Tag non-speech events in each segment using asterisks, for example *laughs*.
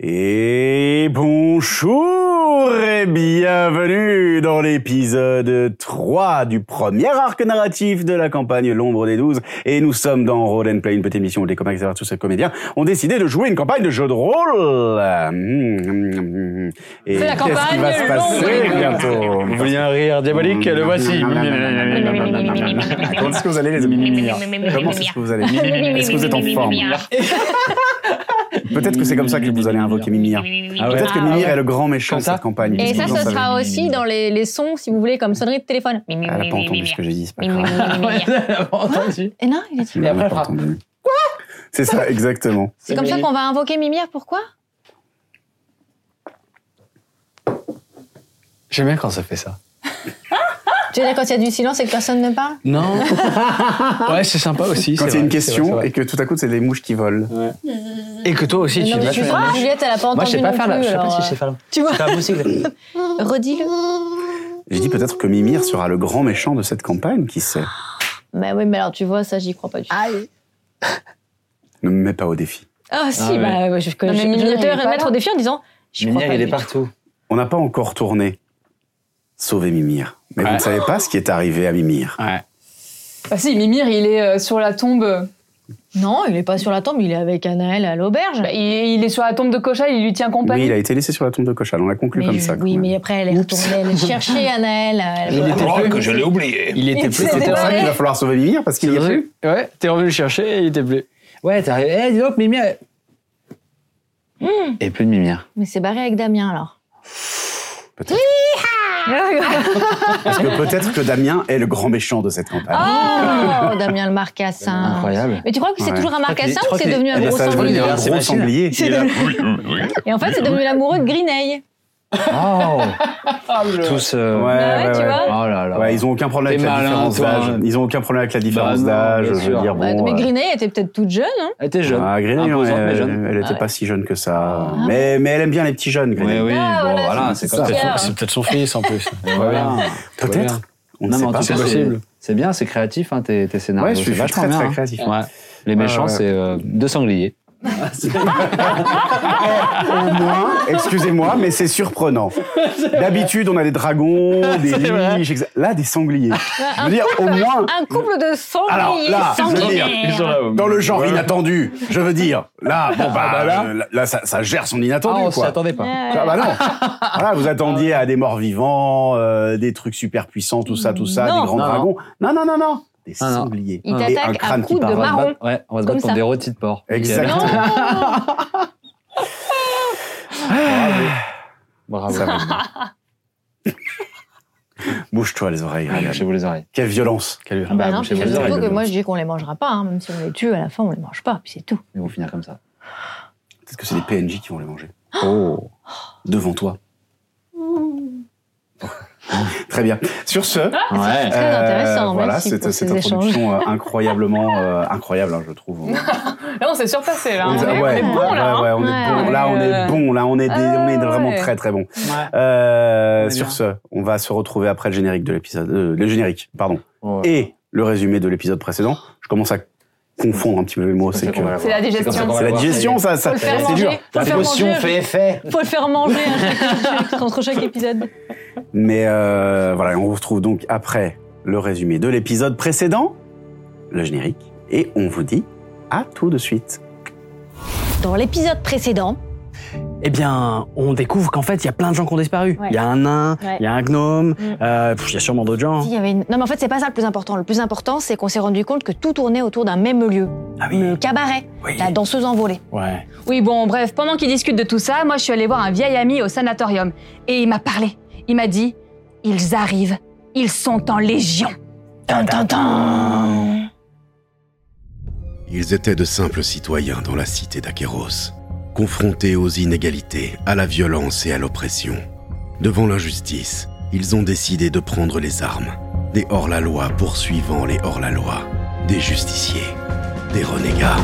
Et bonjour et bienvenue dans l'épisode 3 du premier arc narratif de la campagne L'ombre des 12. Et nous sommes dans Roll and Play, une petite émission où des copains qui savent tous ces comédiens ont décidé de jouer une campagne de jeu de rôle. Et C'est la qu'est-ce qui va campagne se L'ombre passer des Douze. bientôt Vous vouliez un rire diabolique Le voici. Comment est-ce que vous allez les amis Comment est-ce que vous allez Est-ce que vous êtes en forme Ah, Peut-être que c'est comme ça que vous allez invoquer Mimir. Ah ouais. Peut-être que Mimir est le grand méchant de Comme ça cette campagne. Et Parce que ça, j'en ce savais. sera aussi dans les, les sons, si vous voulez, comme sonnerie de téléphone. Ah, Elle n'a pas entendu ce que j'ai dit, c'est pas grave. *laughs* entendu. Et non, il a dit. Elle Et après, n'a elle pas fera- entendu. C'est ça, exactement. C'est comme ça qu'on va invoquer Mimir, pourquoi J'aime bien quand ça fait ça. Tu veux dire quand il y a du silence et que personne ne parle Non. *laughs* ouais, c'est sympa aussi. Quand c'est il y a une vrai, c'est question vrai, et que tout à coup, c'est des mouches qui volent. c'est vrai. Et que toi aussi, tu Non, sais mais pas je suis faire. sûre que Juliette, elle a pas entendu Moi, je sais pas non faire là. plus, Je sais pas alors, si je sais faire là. Tu vois, C'est pas possible. redis-le. J'ai dit peut-être que Mimir sera le grand méchant de cette campagne, qui sait. Bah oui, mais alors tu vois, ça, j'y crois pas du tout. Ne me mets pas au défi. Ah si, Ah ouais. bah ouais, je connais. Non, mais je- Mimir, je il est vais te pas mettre là. au défi en disant. Je crois Mimir, pas il est du tout. partout. On n'a pas encore tourné. Sauvez Mimir. Mais vous Ouais. ne savez pas ce qui est arrivé à Mimir. *laughs* Ouais. Bah si, Mimir, il est euh, sur la tombe. Non, il est pas sur la tombe, il est avec Anaël à l'auberge. Bah, il, est, il est sur la tombe de Kocha, il lui tient Oui, compagnie. il a été laissé sur la tombe de Cochal. On l'a conclu Mais comme je- ça. quand oui, même. mais après, elle est retournée elle est chercher Anaël. elle- Il Oh, était plus. je l'ai *laughs* oublié. Oh, Il était Il plus. s'est C'est T'es pour ça débarré. qu'il va falloir sauver Mimir, parce qu'il y est plus. revenu Ouais, t'es revenu le chercher et il était plus. Ouais, t'es arrivé. Eh, dis donc, Mimir. Et plus de hein. mimière. Mais c'est barré avec Damien alors. Peut-être. Parce que peut-être que Damien est le grand méchant de cette campagne. Oh, Damien le marcassin. Ah. *laughs* Incroyable. Mais tu crois que c'est Ouais. toujours un marcassin Je ou crois c'est qu'il est- devenu Eh un ben, gros ça, je veux sanglier dire, un C'est gros facile. sanglier. C'est devenu- Et en fait, c'est devenu l'amoureux de Greenay. Oh. Ah, Tous. euh, Ouais, ouais, Bah tu ouais. vois. Oh là là. Ouais, ils ont aucun problème T'es avec la malin, différence toi, d'âge. hein. Ils ont aucun problème avec la différence non, d'âge. bien Je veux sûr. dire, bon. Ouais, mais euh, Greenay était peut-être toute jeune. Ah. Hein Elle était jeune. ah, Greenay, ouais, Imposante, mais elle jeune. elle était ouais. pas si jeune que ça. Mais, mais elle aime bien les petits jeunes, Greenay. Ouais, oui, Ah, bon, voilà, voilà, c'est c'est ça. comme Pierre. C'est peut-être son fils *laughs* en plus. Voilà. Peut-être. On ne Non, mais sait en pas. tout cas, C'est possible. c'est- c'est bien, c'est créatif, hein, tes, tes scénarios. Ouais, je suis C'est je suis vachement très, bien, très hein. créatif. Ouais. Les méchants, Ouais, ouais. c'est euh, deux sangliers. Au moins, excusez-moi, mais c'est *laughs* surprenant. D'habitude, on a des dragons, des vrai. liches, etc. Là, des sangliers. Je veux dire, au moins, Un couple de Alors, sangliers là, sangliers. dans le genre inattendu, je veux dire, là, bon, bah, bah là. euh, là, ça, ça gère son inattendu, Ah, on s'y quoi. attendait pas. Ah bah non. Voilà, vous attendiez à des morts vivants, euh, des trucs super puissants, tout ça, tout ça, Non. des grands Non, non. dragons. Non, non, non, non. Des Ah, non. sangliers. Il Et un t'attaque à crâne qui coups de parle. On va se marron. battre- Ouais, on va se battre Comme pour ça. des rôtis de porc. Exactement. Nickel. Ça Bravo. va venir. Bouge-toi les oreilles, Ah, Ryan. Chez vous les oreilles. Quelle violence. Quelle Bah non, chez puis vous bizarre, les surtout oreilles. que rigolo. moi je dis qu'on les mangera pas, hein, même si on les tue, à la fin on les mange pas, puis c'est tout. Ils vont finir comme ça. Peut-être que c'est des PNJ qui vont les manger. Oh. Devant toi. Très bien. Sur ce, Ah, Ouais. Très euh, intéressant, voilà, merci cette, pour cette ces échanges. introduction euh, incroyablement euh, incroyable, hein, je trouve. *laughs* Là, on s'est surpassé, là. On, est, bah, ouais, on est bon, là. hein. ouais, ouais, on est Ouais. bon. Là, on est bon. Là, on est, des- on est vraiment ouais. très, très bon. Ouais. Euh, On est sur bien. ce, on va se retrouver après le générique de l'épisode, euh, le générique, pardon, Ouais. et le résumé de l'épisode précédent. Je commence à confondre un petit peu les mots. C'est C'est que comme ça qu'on va C'est la digestion. c'est la voir. comme ça qu'on va voir, ça y est. digestion, ça, ça Faut le faire c'est dur. manger. Faut le faire manger. effet. Faut le faire *laughs* manger hein, entre chaque épisode. Mais euh, voilà, on vous retrouve donc après le résumé de l'épisode précédent, le générique, et on vous dit à tout de suite. Dans l'épisode précédent, eh bien, on découvre qu'en fait, il y a plein de gens qui ont disparu. Il Ouais. y a un nain, il Ouais. y a un gnome, Mm. euh, pff, il y a sûrement d'autres gens. il y avait une- Non mais en fait c'est pas ça le plus important. Le plus important c'est qu'on s'est rendu compte que tout tournait autour d'un même lieu. Ah oui, Le cabaret, oui, la danseuse envolée. ouais. Oui, bon, bref, pendant qu'ils discutent de tout ça, moi je suis allée voir un vieil ami au sanatorium et il m'a parlé. Il m'a dit Ils arrivent, ils sont en légion. Tin, tin, tin. Ils étaient de simples citoyens dans la cité d'Aqueros, confrontés aux inégalités, à la violence et à l'oppression. Devant l'injustice, ils ont décidé de prendre les armes, des hors-la-loi poursuivant les hors-la-loi, des justiciers, des renégats.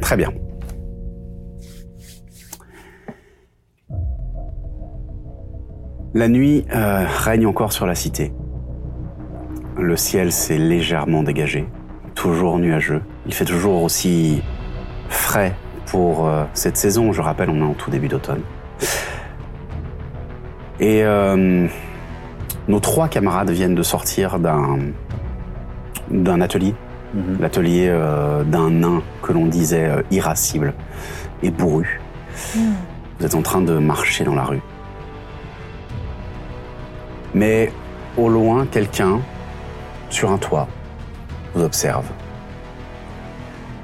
Très bien. La nuit euh, règne encore sur la cité. Le ciel s'est légèrement dégagé, toujours nuageux. Il fait toujours aussi frais pour euh, cette saison. Je rappelle, on est en tout début d'automne. Et euh, nos trois camarades viennent de sortir d'un d'un atelier l'atelier euh, d'un nain que l'on disait euh, irascible et bourru. Vous êtes en train de marcher dans la rue. Mais au loin, quelqu'un, sur un toit, vous observe.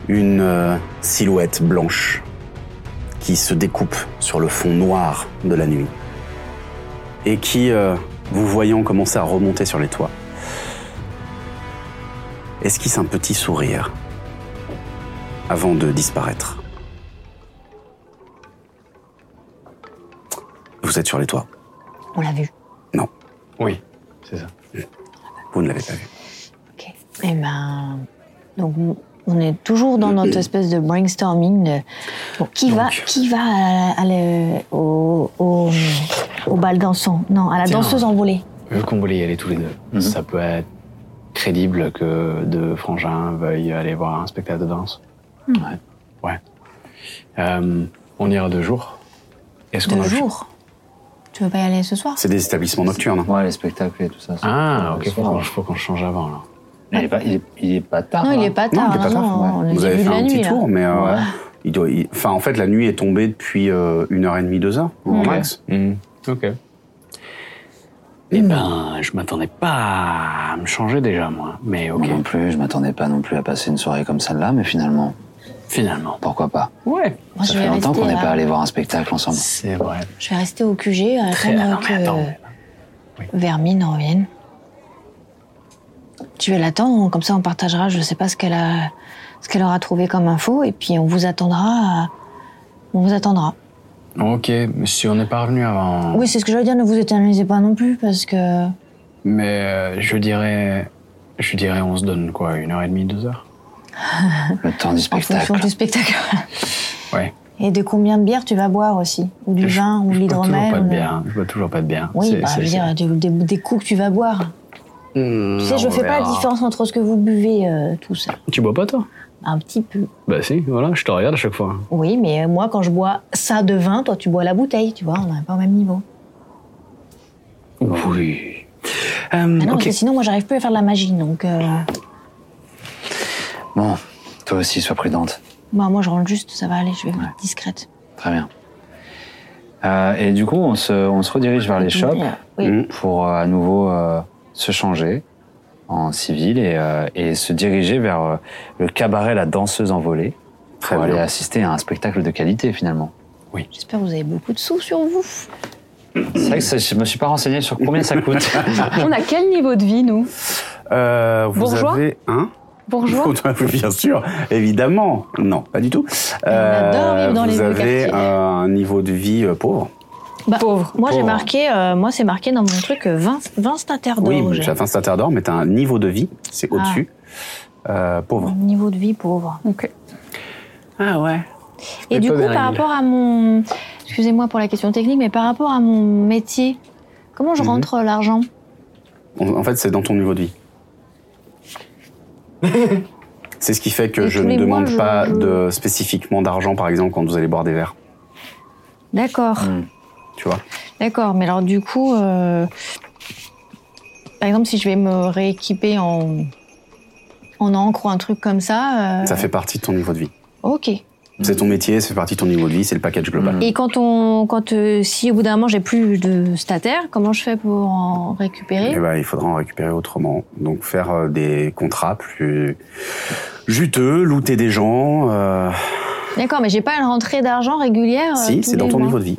Une euh, silhouette blanche qui se découpe sur le fond noir de la nuit et qui, euh, vous voyant commencer à remonter sur les toits, esquisse un petit sourire avant de disparaître. Vous êtes sur les toits. On l'a vu. Oui, c'est ça. Vous ne l'avez pas vu. Ok. Eh ben, donc on est toujours dans notre espèce de brainstorming. de- bon, qui va, qui va à, à le- au, au, au bal dansant Non, à la Tiens. danseuse envolée. Vu qu'on voulait y aller tous les deux, ça peut être crédible que deux frangins veuillent aller voir un spectacle de danse. Hmm. Ouais. Ouais. Euh, on ira deux jours. Est-ce qu'on Deux a le choix jours. Tu veux pas y aller ce soir C'est des établissements nocturnes. hein. Ouais, les spectacles et tout ça. c'est- Ah, ok, le faut soir. qu'on, faut qu'on change avant alors. Il est pas, il est, il est pas tard. Non, il hein. est pas tard. il est pas non, tard, ouais. on est au Vous avez début fait de la un petit nuit, hein. là. tour, mais euh, Ouais. il doit, il- enfin, en fait, la nuit est tombée depuis euh, une heure et demie, deux heures, au Ok. max. Ok. Eh ben, je m'attendais pas à me changer déjà, moi. Mais ok, Moi non plus, je m'attendais pas non plus à passer une soirée comme celle-là, mais finalement, finalement. pourquoi pas Ouais, Moi, Ça je vais fait longtemps rester qu'on n'est à- pas allé voir un spectacle ensemble. c'est vrai. Je vais rester au QG à Très- attendre non, mais attends, mais- que Vermine revienne. Tu vas l'attendre, comme ça on partagera, je sais pas ce qu'elle a, ce qu'elle aura trouvé comme info, et puis on vous attendra. à- On vous attendra. Ok, mais si on n'est pas revenu avant. Oui, c'est ce que j'allais dire, ne vous éternisez pas non plus, parce que. Mais euh, je dirais. Je dirais, on se donne quoi Une heure et demie, deux heures Le temps du En fonction spectacle. du spectacle. *laughs* Ouais. Et de combien de bières tu vas boire aussi Ou du Je- vin, ou de je bois toujours l'hydromel pas de ou- bière. hein. Je bois toujours pas de bière. Oui, C'est- bah, c'est- je veux dire, du- des, des coups que tu vas boire. c'est- Hmm, tu sais, je on fais pas la verra. différence entre ce que vous buvez, euh, tout ça. Tu bois pas, toi Un petit peu. Bah si, voilà, je te regarde à chaque fois. Oui, mais euh, moi, quand je bois ça de vin, toi, tu bois la bouteille, tu vois, on n'est pas au même niveau. Oui. Euh, Ah non, parce ok. que sinon, moi, j'arrive plus à faire de la magie, donc... euh, Bon, toi aussi, sois prudente. bah, moi, je rentre juste, ça va aller, je vais être discrète. Très bien. Euh, et du coup, on se, on se redirige vers les shops Oui. Mm. pour euh, à nouveau euh, se changer en civil et, euh, et se diriger vers euh, le cabaret La Danseuse Envolée Très pour aller bien. assister à un spectacle de qualité finalement. J'espère que vous avez beaucoup de sous sur vous. C'est vrai que ça- je me suis pas renseigné sur combien ça *laughs* coûte. On a quel niveau de vie, nous Euh, vous Bourgeois avez un Bourgeois *laughs* Bien sûr, évidemment. Non, pas du tout. Euh, adore vivre dans les vous vieux avez quartiers. un niveau de vie euh, pauvre. Bah, Pauvre. Moi, j'ai Pauvre. marqué, euh, moi, c'est marqué dans mon truc euh, 20, 20 statères d'or. Oui, j'ai. tu as un starter d'or, mais tu as un niveau de vie, c'est Ah. au-dessus. Euh, pauvre. Niveau de vie pauvre. Ok. Ah ouais. Et Mais du pas coup, bien, par Emile. rapport à mon... Excusez-moi pour la question technique, mais par rapport à mon métier, comment je Mhm. rentre euh, l'argent Mm. En en fait, c'est dans ton niveau de *laughs* vie. c'est ce qui fait que Et je tous ne les mois, demande je- pas je- de spécifiquement d'argent, par exemple, quand vous allez boire des verres. D'accord. Hmm. Tu vois D'accord, mais alors du coup, euh, par exemple, si je vais me rééquiper en, en encre ou un truc comme ça. euh, Ça fait Hmm. partie de ton niveau de vie. Ok. Mm. C'est ton métier, ça fait partie de ton niveau de vie, c'est le package global. Et quand on, quand euh, si au bout d'un moment j'ai plus de stataire, comment je fais pour en récupérer Eh ben, il faudra en récupérer autrement. Donc faire euh, des contrats plus juteux, looter des gens. euh, D'accord, mais j'ai pas une rentrée d'argent régulière. euh, si, tous c'est dans les ton mois. niveau de vie.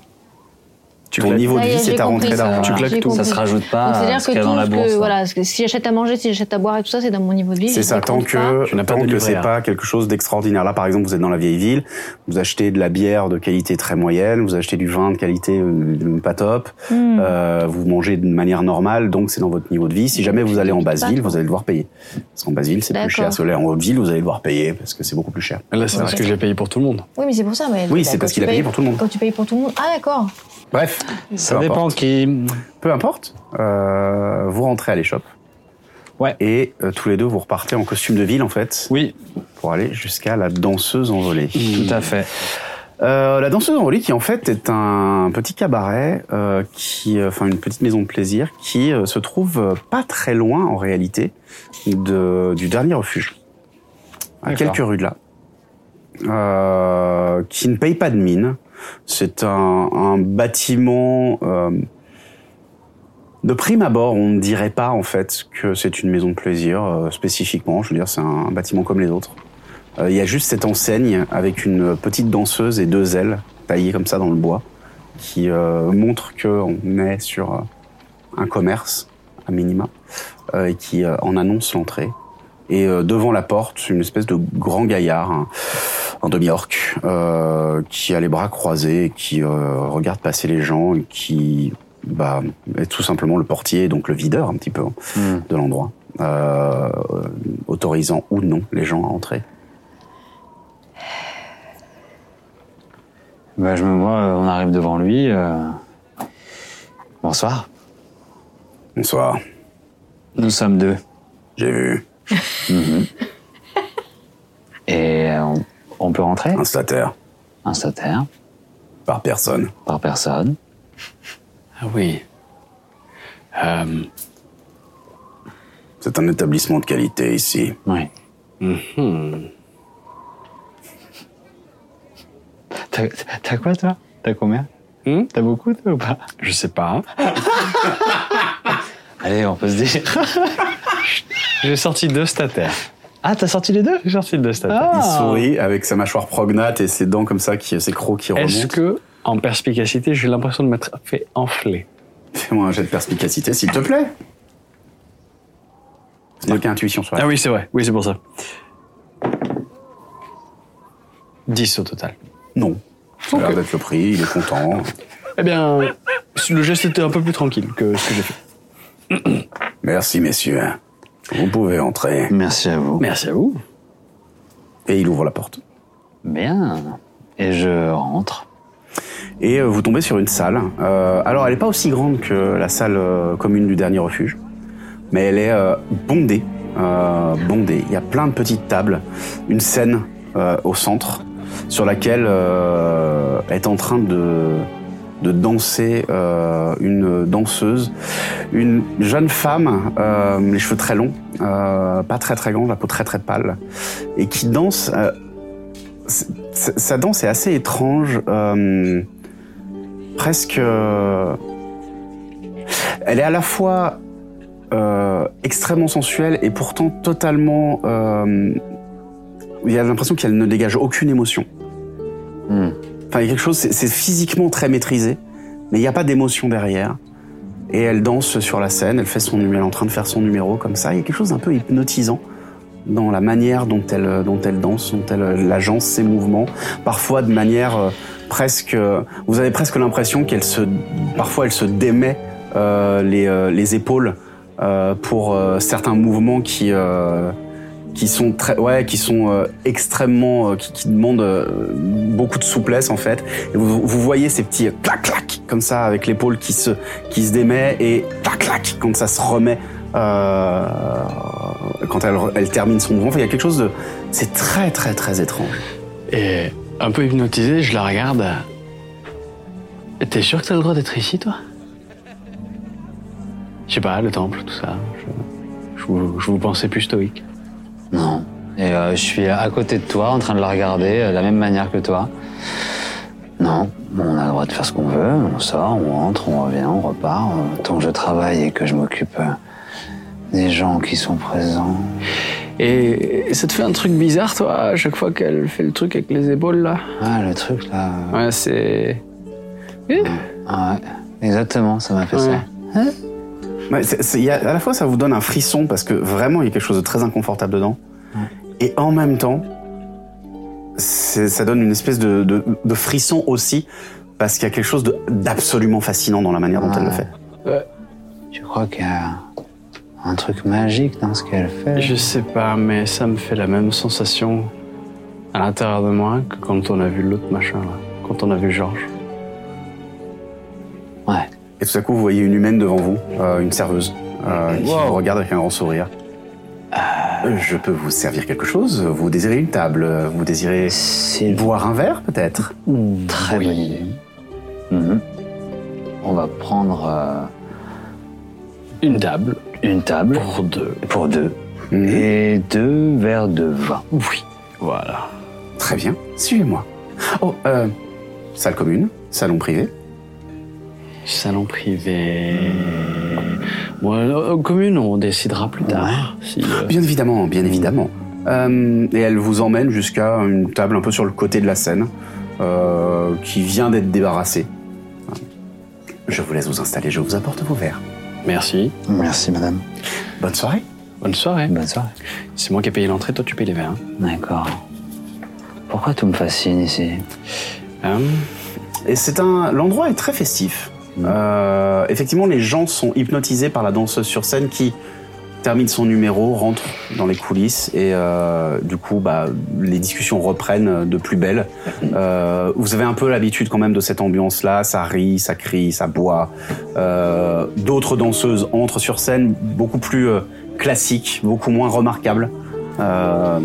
Tu Ton niveau de Ça y vie, est, c'est j'ai ta rentrée compris, ça d'argent. va. Tu claques J'ai tout. Ça compris. se rajoute pas Donc, à c'est-à-dire ce que qu'il y a tout dans la ce bourse. que, là. voilà, ce que- si j'achète à manger, si j'achète à boire et tout ça, c'est dans mon niveau de vie. je C'est ça, les tant compte pas. que, Tu n'as pas tant de que hein. c'est livret A. pas quelque chose d'extraordinaire. Là, par exemple, vous êtes dans la vieille ville, vous achetez de la bière de qualité très moyenne, vous achetez du vin de qualité euh, pas top, Hmm. euh, vous mangez de manière normale, donc c'est dans votre niveau de vie. Si jamais vous allez en basse ville, vous allez devoir payer. Parce qu'en basse ville, c'est plus D'accord. cher. Si vous allez en haute ville, vous allez devoir payer parce que c'est beaucoup plus cher. Là, c'est parce que j'ai payé pour tout le monde. Oui, mais c'est pour ça. Mais Oui, bah, c'est quand parce tu qu'il a payé payes- pour tout le monde. Quand tu payes pour tout le monde. Ah, d'accord. Bref, Ça peu dépend importe. qui. Peu importe, euh, vous rentrez à l'échoppe. Ouais. Et euh, tous les deux, vous repartez en costume de ville, en fait, Oui, pour aller jusqu'à la danseuse envolée. tout à fait. Euh, la danseuse envolée, qui en fait est un petit cabaret, euh, qui, euh, enfin une petite maison de plaisir, qui euh, se trouve euh, pas très loin en réalité de, du dernier refuge, à D'accord. quelques rues de là, Euh, qui ne paye pas de mine. C'est un, un bâtiment euh, de prime abord, on ne dirait pas en fait que c'est une maison de plaisir euh, spécifiquement. Je veux dire, c'est un bâtiment comme les autres. Euh, Il y a juste cette enseigne avec une petite danseuse et deux ailes taillées comme ça dans le bois qui euh, montre qu'on est sur euh, un commerce, à minima, euh, et qui euh, en annonce l'entrée. Et euh, devant la porte, une espèce de grand gaillard, un, un demi-orc, euh, qui a les bras croisés, et qui euh, regarde passer les gens, et qui bah, est tout simplement le portier, donc le videur un petit peu hein, Hmm. de l'endroit, euh, autorisant ou non les gens à entrer. Bah, je me vois, euh, on arrive devant lui. euh, Bonsoir. Bonsoir, Nous sommes deux. j'ai vu Et euh, on, on peut rentrer un stataire Un stataire par personne. par personne. Ah oui. Euh, C'est un établissement de qualité ici. Oui. Mm-hmm. hmm. T'as t'as quoi toi T'as combien Hmm T'as beaucoup toi ou pas Je sais pas. Allez, on peut se dire. J'ai sorti deux stataires. Ah, t'as sorti les deux J'ai sorti deux Ah. stataires. Il sourit avec sa mâchoire prognate et ses dents comme ça, qui, ses crocs qui Est-ce remontent. que, en perspicacité, j'ai l'impression de m'être fait enfler Fais-moi un jet de perspicacité, s'il te plaît. C'est marqué intuition sur la Ah oui, c'est vrai. Oui, c'est pour ça. 10 au total. Non. Ça a l'air d'être le prix, il est content. Eh bien, le geste était un peu plus tranquille que ce que j'ai fait. Merci, messieurs. Vous pouvez entrer. *laughs* Merci à vous. Merci à vous. Et il ouvre la porte. Bien. Et je rentre. Et euh, vous tombez sur une salle. Euh, alors, elle n'est pas aussi grande que la salle euh, commune du dernier refuge, mais elle est euh, bondée. euh, bondée. Il y a plein de petites tables, une scène euh, au centre sur laquelle euh, est en train de, de danser euh, une danseuse, une jeune femme, euh, les cheveux très longs, euh, pas très très grands, la peau très très pâle, et qui danse. euh, c- c- sa danse est assez étrange. euh, presque. euh, Elle est à la fois euh, extrêmement sensuelle et pourtant totalement. euh, Il y a l'impression qu'elle ne dégage aucune émotion. Hmm. Enfin, il y a quelque chose. C'est c'est physiquement très maîtrisé, mais il n'y a pas d'émotion derrière. Et elle danse sur la scène. Elle fait son numéro. Elle est en train de faire son numéro comme ça. Il y a quelque chose d'un peu hypnotisant dans la manière dont elle dont elle danse, dont elle elle agence ses mouvements, parfois de manière euh, presque. euh, vous avez presque l'impression qu'elle se, parfois elle se démet euh, les, euh, les épaules euh, pour euh, certains mouvements qui euh, qui sont très, ouais, qui sont euh, extrêmement, euh, qui, qui demandent euh, beaucoup de souplesse en fait. Et vous, vous voyez ces petits euh, clac clac comme ça avec l'épaule qui se qui se démet et clac clac quand ça se remet. euh, quand elle, elle termine son mouvement, Enfin, il y a quelque chose de... C'est très très très étrange. Et un peu hypnotisé, je la regarde. T'es sûr que t'as le droit d'être ici, toi Je sais pas, le temple, tout ça. Je, je vous, je vous pensais plus stoïque. Non. Et euh, je suis à côté de toi, en train de la regarder, euh, de la même manière que toi. Non, on a le droit de faire ce qu'on veut, on sort, on rentre, on revient, on repart. euh, Tant que je travaille et que je m'occupe euh, des gens qui sont présents. Et ça te fait un truc bizarre, toi, à chaque fois qu'elle fait le truc avec les épaules, là Ah, le truc là. euh, Ouais, c'est. ah ouais. Exactement, ça m'a fait ça. Ouais, c'est- c'est- il y a- à la fois, ça vous donne un frisson parce que vraiment, il y a quelque chose de très inconfortable dedans. Et en même temps, c'est- ça donne une espèce de, de- de frisson aussi parce qu'il y a quelque chose de- d'absolument fascinant dans la manière dont elle le fait. Tu crois qu'il y a un truc magique dans ce qu'elle fait Je sais pas, mais ça me fait la même sensation à l'intérieur de moi que quand on a vu l'autre machin, là. Quand on a vu Georges. Ouais. Et tout à coup, vous voyez une humaine devant vous, euh, une serveuse, euh, qui Wow. vous regarde avec un grand sourire. Euh, je peux vous servir quelque chose Vous désirez une table euh, Vous désirez C'est boire un verre, peut-être une très bonne idée. Mhm. On va prendre euh, Une table une table pour deux. pour deux Mhm. et deux verres de vin. Oui. Voilà. Très bien, suivez-moi. Oh, euh, salle commune, salon privé. Salon privé. Bon, en commune, on décidera plus tard. Si, euh, Bien évidemment, bien évidemment. Euh, et elle vous emmène jusqu'à une table un peu sur le côté de la scène, euh, qui vient d'être débarrassée. Je vous laisse vous installer, je vous apporte vos verres. Merci. Merci madame. Bonne soirée. Bonne soirée. Bonne soirée. C'est moi qui ai payé l'entrée, toi tu payes les verres. hein. D'accord. Pourquoi tout me fascine ici Hum, Et c'est un, l'endroit est très festif. Euh, effectivement, les gens sont hypnotisés par la danseuse sur scène qui termine son numéro, rentre dans les coulisses et euh, du coup, bah, les discussions reprennent de plus belle. Euh, vous avez un peu l'habitude quand même de cette ambiance-là. Ça rit, ça crie, ça boit. Euh, D'autres danseuses entrent sur scène, beaucoup plus euh, classiques, beaucoup moins remarquables, euh,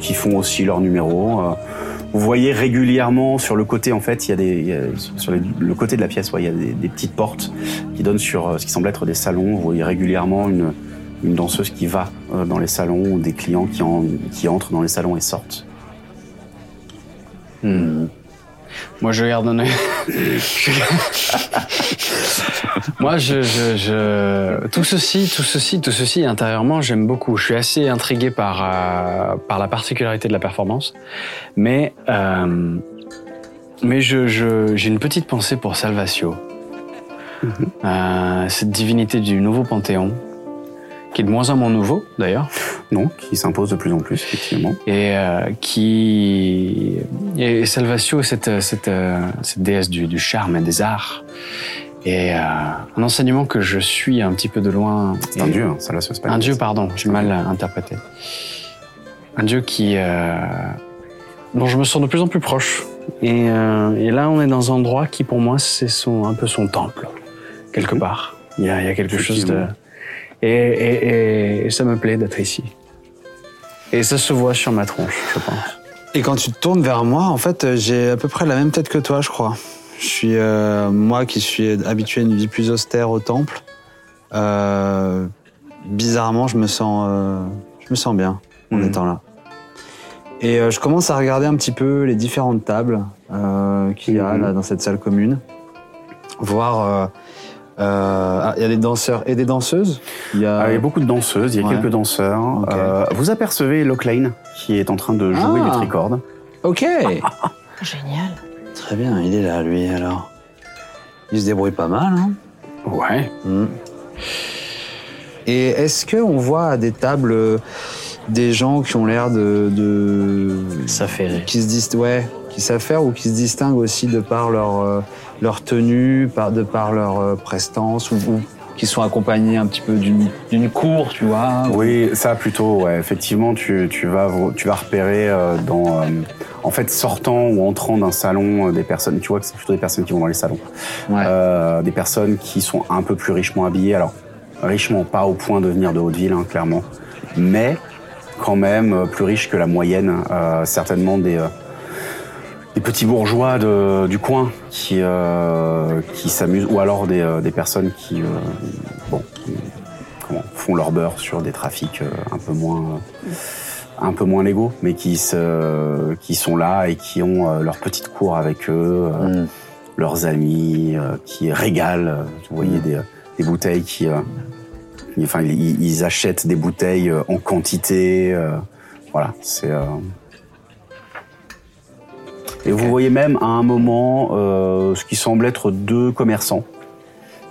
qui font aussi leur numéro. Euh, vous voyez régulièrement sur le côté, en fait, il y a des il y a- sur les- le côté de la pièce, ouais, il y a des, des petites portes qui donnent sur euh, ce qui semble être des salons. Vous voyez régulièrement une une danseuse qui va euh, dans les salons, ou des clients qui en- qui entrent dans les salons et sortent. Moi je garde un œil. Moi je, je, je- Tout ceci, tout ceci, tout ceci, intérieurement, j'aime beaucoup. Je suis assez intrigué par, euh, par la particularité de la performance. Mais, euh, mais je, je- j'ai une petite pensée pour Salvatio. Euh, cette divinité du nouveau panthéon, qui est de moins en moins nouveau d'ailleurs. Non, qui s'impose de plus en plus, effectivement. et euh, qui et Salvatio est cette cette euh, cette déesse du, du charme et des arts et euh, un enseignement que je suis un petit peu de loin C'est un Et- dieu, hein, ça là, c'est pas un une- dieu pardon j'ai mal interprété un dieu qui euh, dont je me sens de plus en plus proche et euh, et là on est dans un endroit qui pour moi c'est son un peu son temple quelque part il y a il y a quelque chose de et, et, et- et ça me plaît d'être ici. Et ça se voit sur ma tronche, je pense. Et quand tu te tournes vers moi, en fait, euh, j'ai à peu près la même tête que toi, je crois. Je suis euh, moi qui suis habitué à une vie plus austère au temple. euh, bizarrement, je me sens, euh, je me sens bien en Mhm. étant là. Et euh, je commence à regarder un petit peu les différentes tables euh, qu'il y a Mhm. là dans cette salle commune, voir. euh, euh, ah, il y a des danseurs et des danseuses. Il y a, Ah, il y a beaucoup de danseuses, il y a Ouais. quelques danseurs. Ok. Euh, vous apercevez Locklane qui est en train de jouer Ah. du tricorde. Ok, Génial. Très bien, il est là lui alors. Il se débrouille pas mal, hein Ouais. Et est-ce qu'on voit à des tables euh, des gens qui ont l'air de, de- Ça fait rire. qui se disent ouais, qui savent faire ou qui se distinguent aussi de par leur euh, leur tenue, par de par leur euh, prestance ou, ou qui sont accompagnés un petit peu d'une d'une cour, tu vois Hein. Oui, ça plutôt, ouais. Effectivement, tu, tu, vas, vo- tu vas repérer euh, dans. euh, en fait, sortant ou entrant d'un salon, euh, des personnes. Tu vois que c'est plutôt des personnes qui vont dans les salons. Ouais. Euh, des personnes qui sont un peu plus richement habillées. Alors, richement, pas au point de venir de haute ville, hein, clairement. Mais quand même euh, plus riches que la moyenne. euh, certainement des. euh, des petits bourgeois de- du coin qui, euh, qui s'amusent, ou alors des, euh, des personnes qui, euh, bon, comment, font leur beurre sur des trafics euh, un peu moins euh, un peu moins légaux, mais qui se euh, qui sont là et qui ont euh, leur petite cour avec eux, euh, leurs amis, euh, qui régalent. euh, Vous voyez des, des bouteilles qui, euh, qui- enfin ils, ils achètent des bouteilles euh, en quantité. euh, voilà, c'est. euh, Et vous voyez même à un moment euh, ce qui semble être deux commerçants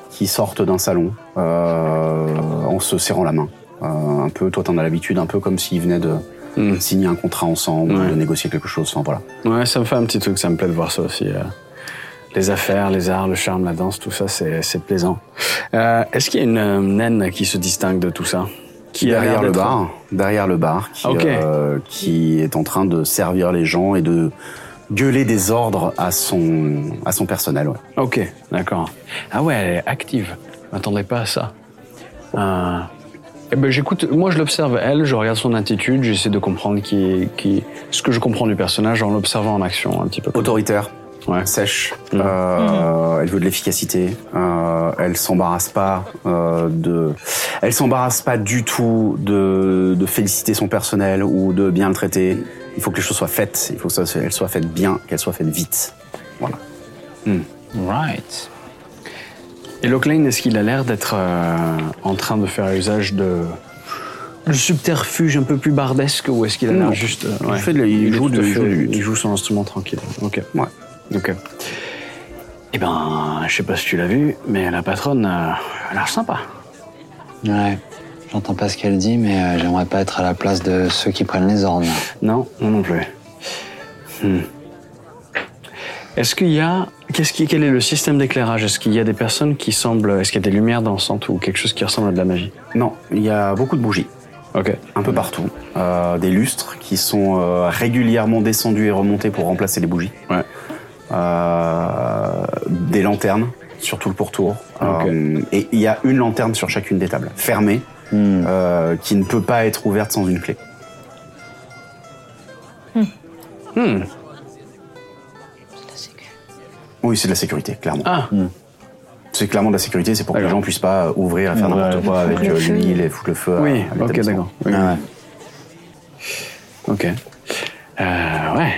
qui sortent d'un salon euh, en se serrant la main. Euh, un peu, toi t'en as l'habitude, un peu comme s'ils venaient de Hmm. signer un contrat ensemble, Ouais. de négocier quelque chose. Enfin voilà. Ouais, ça me fait un petit truc, ça me plaît de voir ça aussi. euh. Les affaires, les arts, le charme, la danse, tout ça, c'est c'est plaisant. Euh, Est-ce qu'il y a une euh, naine qui se distingue de tout ça Qui a l'air derrière le d'être- bar, derrière le bar, qui, Ok. euh, qui est en train de servir les gens et de gueuler des ordres à son à son personnel. ouais. Ok, d'accord. Ah ouais, elle est active. Je m'attendais pas à ça. Euh, Eh ben j'écoute, moi je l'observe elle, je regarde son attitude, j'essaie de comprendre qui, qui, ce que je comprends du personnage en l'observant en action un petit peu. Autoritaire, Ouais. sèche. euh, Elle veut de l'efficacité. euh, elle s'embarrasse pas euh, de. Elle s'embarrasse pas du tout de, de féliciter son personnel ou de bien le traiter. Il faut que les choses soient faites. Il faut que ça- qu'elles soient faites bien, qu'elles soient faites vite. Voilà. Right. Et Locklane, est-ce qu'il a l'air d'être euh, en train de faire usage de le subterfuge un peu plus bardesque ou est-ce qu'il a Non. l'air juste euh, Il fait de la- il joue est tout du- à il joue du- il joue son instrument tranquille. Ok. Ouais. Ok. Eh ben, je sais pas si tu l'as vu, mais la patronne euh, elle a l'air sympa. Ouais, j'entends pas ce qu'elle dit, mais euh, j'aimerais pas être à la place de ceux qui prennent les ordres. Non, non non plus. Hmm. Est-ce qu'il y a qu'est-ce qui quel est le système d'éclairage Est-ce qu'il y a des personnes qui semblent est-ce qu'il y a des lumières dansantes ou quelque chose qui ressemble à de la magie Non, il y a beaucoup de bougies. Ok. un peu partout. Euh, des lustres qui sont euh, régulièrement descendus et remontés pour remplacer les bougies. Ouais. Euh, des lanternes sur tout le pourtour. Ok. Euh, et il y a une lanterne sur chacune des tables, fermée, euh, qui ne peut pas être ouverte sans une clé. Hmm. Oui, c'est de la sécurité, clairement. Ah. C'est clairement de la sécurité, c'est pour que les D'accord. gens puissent pas euh, ouvrir et faire Ouais. n'importe quoi avec Foutre le euh, feu. l'huile et foutre le feu. à- Oui, à ok, l'établissement. d'accord. Oui, Ah ouais. Ok. Euh, ouais.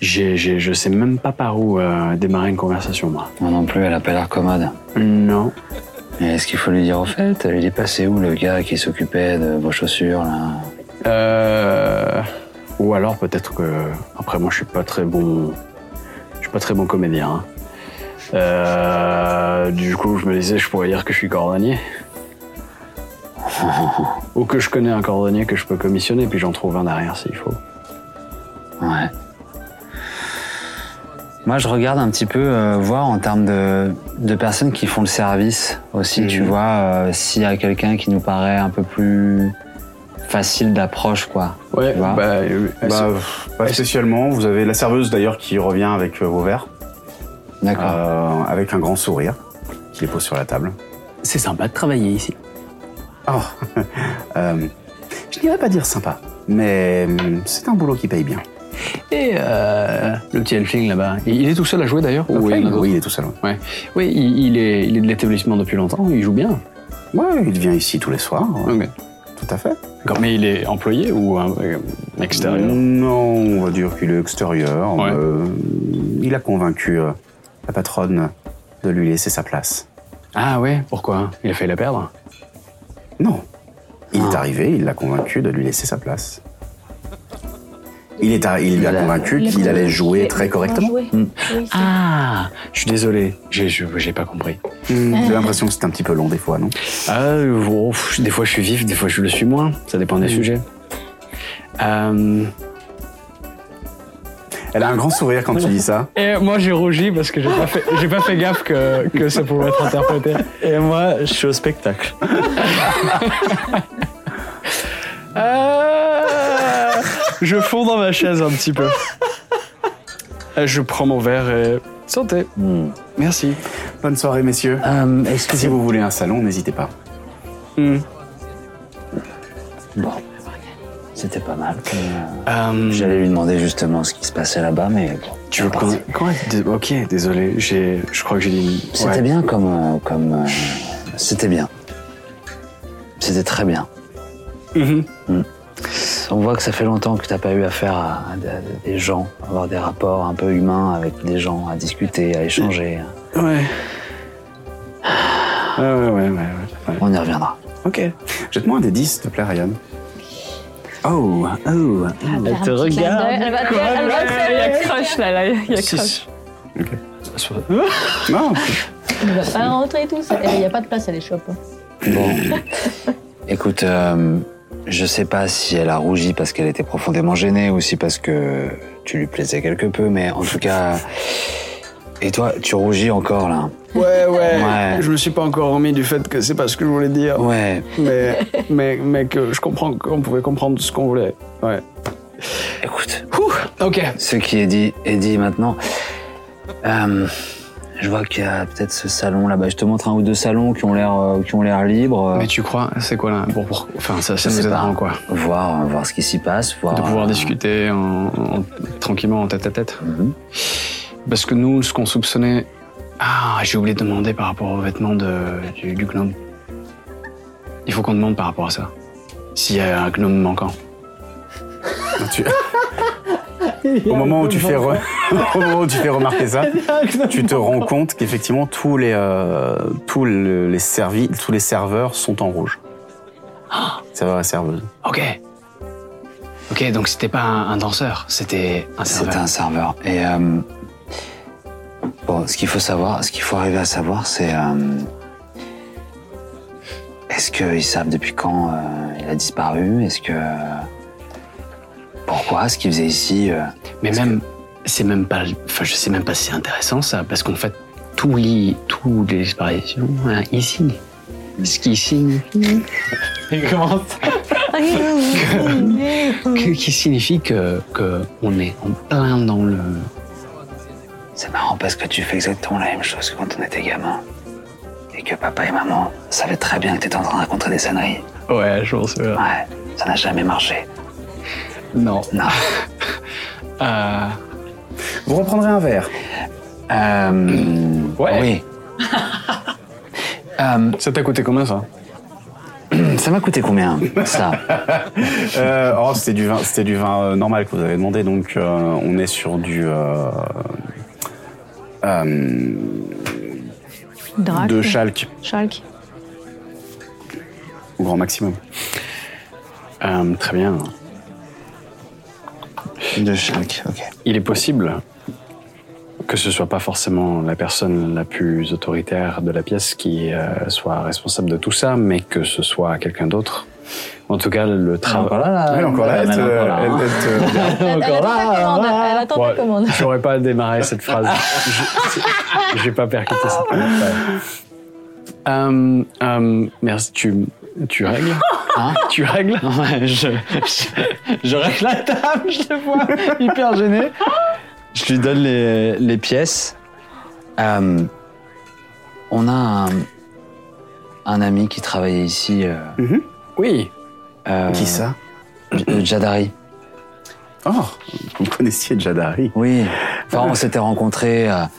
J'ai, j'ai, je sais même pas par où euh, démarrer une conversation, moi. Moi non plus, elle a pas l'air commode. Non. Et est-ce qu'il faut lui dire au fait Il est passé où le gars qui s'occupait de vos chaussures là Euh... Ou alors peut-être que. Après, moi, je suis pas très bon. Je suis pas très bon comédien. hein. Euh, Du coup, je me disais, je pourrais dire que je suis cordonnier. *laughs* Ou que je connais un cordonnier que je peux commissionner, puis j'en trouve un derrière s'il faut. Ouais. Moi, je regarde un petit peu, euh, voir en termes de, de personnes qui font le service aussi, tu vois, euh, s'il y a quelqu'un qui nous paraît un peu plus facile d'approche, quoi. Ouais, Tu vois bah, euh, Bah, pff, pas spécialement. Vous avez la serveuse d'ailleurs qui revient avec euh, vos verres, Ah. D'accord. euh, avec un grand sourire, qui les pose sur la table. C'est sympa de travailler ici. Oh, *laughs* euh, je n'irais pas dire sympa, mais hum, c'est un boulot qui paye bien. Et euh, le petit Elfling là-bas, il il est tout seul à jouer d'ailleurs ou il y en a d'autres oui, il est tout seul. ouais. Oui, il, il est, il est de l'établissement depuis longtemps, il joue bien. Ouais, il vient ici tous les soirs. Hum. ouais, Ok. Tout à fait. D'accord, mais il est employé ou euh, extérieur Mm. Non, on va dire qu'il est extérieur. Ouais. euh, il a convaincu euh, la patronne de lui laisser sa place. Ah ouais, pourquoi Il a failli la perdre Non. Il est arrivé, il l'a convaincu de lui laisser sa place. Il, est arri- il lui a convaincu qu'il allait jouer très correctement. Ah Je suis désolé, j'ai je- j'ai pas compris. Hmm, J'ai l'impression que c'est un petit peu long des fois, non Ah, bon, pff, des fois je suis vif, des fois je le suis moins, ça dépend Mm. des sujets. Euh, Elle a un grand sourire quand tu dis ça. Et moi j'ai rougi parce que j'ai pas fait, j'ai pas fait gaffe que, que ça pouvait être interprété. Et moi je suis au *laughs* spectacle. Euh, je fonds dans ma chaise un petit peu. Et je prends mon verre et santé. Merci. Bonne soirée, messieurs. Euh, Si Excusez-moi. vous voulez un salon, n'hésitez pas. C'était pas mal. comme, euh, Euh, J'allais lui demander justement ce qui se passait là-bas, mais bon, tu veux c'est parti. qu'on- quoi Dé- Ok, désolé. J'ai, je crois que j'ai dit. C'était ouais. bien comme. euh, comme euh, C'était bien. C'était très bien. Mm-hmm. Mm. Mhm. On voit que ça fait longtemps que t'as pas eu affaire à, à des- des gens, avoir des rapports un peu humains avec des gens, à discuter, à échanger. Ouais. Ah ouais, ouais, ouais, ouais. On y reviendra. Ok. Jette-moi un des 10, s'il te plaît, Ryan. Oh, oh. Elle te regarde. Elle va te faire- elle *laughs* va te faire- Il y a crush là, là, il y a crush. Six. Non, ne va pas rentrer tout seul. Eh ben, Il n'y a pas de place à l'échoppe. hein. Bon. Écoute, euh, je sais pas si elle a rougi parce qu'elle était profondément gênée ou si parce que tu lui plaisais quelque peu, mais en tout cas. Et toi, tu rougis encore là Ouais, ouais, Ouais. Je me suis pas encore remis du fait que c'est pas ce que je voulais dire, Ouais. *laughs* mais, mais, mais que je comprends qu'on pouvait comprendre ce qu'on voulait. Ouais. Écoute, Ok. ce qui est dit est dit maintenant. Euh, je vois qu'il y a peut-être ce salon là-bas. Je te montre un ou deux salons qui ont l'air euh, qui ont l'air libres. Mais tu crois, c'est quoi là pour, pour- Enfin, ça, ça Je nous sais aidera pas. en quoi Voir, voir ce qui s'y passe, voir. De pouvoir euh, discuter en- en- tranquillement en tête à tête. Mhm. Parce que nous, ce qu'on soupçonnait. Ah, j'ai oublié de demander par rapport aux vêtements de, du, du gnome. Il faut qu'on demande par rapport à ça. S'il y a un gnome manquant. Tu- Au moment où tu fais re- *laughs* au moment où tu fais remarquer ça, tu te rends compte qu'effectivement tous les euh, tous le- les servi- tous les serveurs sont en rouge. Serveurs et serveuses. Ok. Ok, donc c'était pas un, un danseur, c'était un C'est serveur. un serveur. Et euh, bon, ce qu'il faut savoir, ce qu'il faut arriver à savoir, c'est euh, est-ce qu'ils savent depuis quand euh, il a disparu Est-ce que pourquoi ce qu'il faisait ici euh, Mais Parce même, c'est même pas. Enfin, je sais même pas si c'est intéressant ça, parce qu'en fait, tout lit, tout les disparitions, hein, ici. Ce qui *laughs* signifie. Il commence. que- qui signifie que, que on est en plein dans le. C'est marrant parce que tu fais exactement la même chose que quand on était gamin et que papa et maman savaient très bien que t'étais en train de raconter des sonneries. Ouais, je pense. euh, Ouais, ça n'a jamais marché. Non. Non. Euh, Vous reprendrez un verre. Euh, Ouais. Oui. Euh, ça t'a coûté combien ça ça m'a coûté combien ça Euh, oh, c'était du vin, c'était du vin euh, normal que vous avez demandé, donc euh, on est sur du euh, euh, Drac. de chalk Chalk. au grand maximum. Euh, Très bien. De chaque, ok. Il est possible que ce soit pas forcément la personne la plus autoritaire de la pièce qui euh, soit responsable de tout ça, mais que ce soit quelqu'un d'autre. En tout cas, le travail. Ah, Elle est encore là, elle, te- elle- elle te- Elle, elle attend ta commande. Elle attend Ah, ta commande. J'aurais pas démarré *laughs* cette phrase. Je- J'ai pas percuté ça. Euh, euh, merci. Tu, tu *laughs* règles Hein Tu règles Ouais, je, je, je règle la table, je le vois, hyper gêné. Je lui donne les, les pièces. Euh, on a un, un ami qui travaillait ici. euh, Oui. euh, Mm-hmm. Qui ça J- Jadari. Oh, vous connaissiez Jadari. Oui. Enfin, on s'était rencontrés à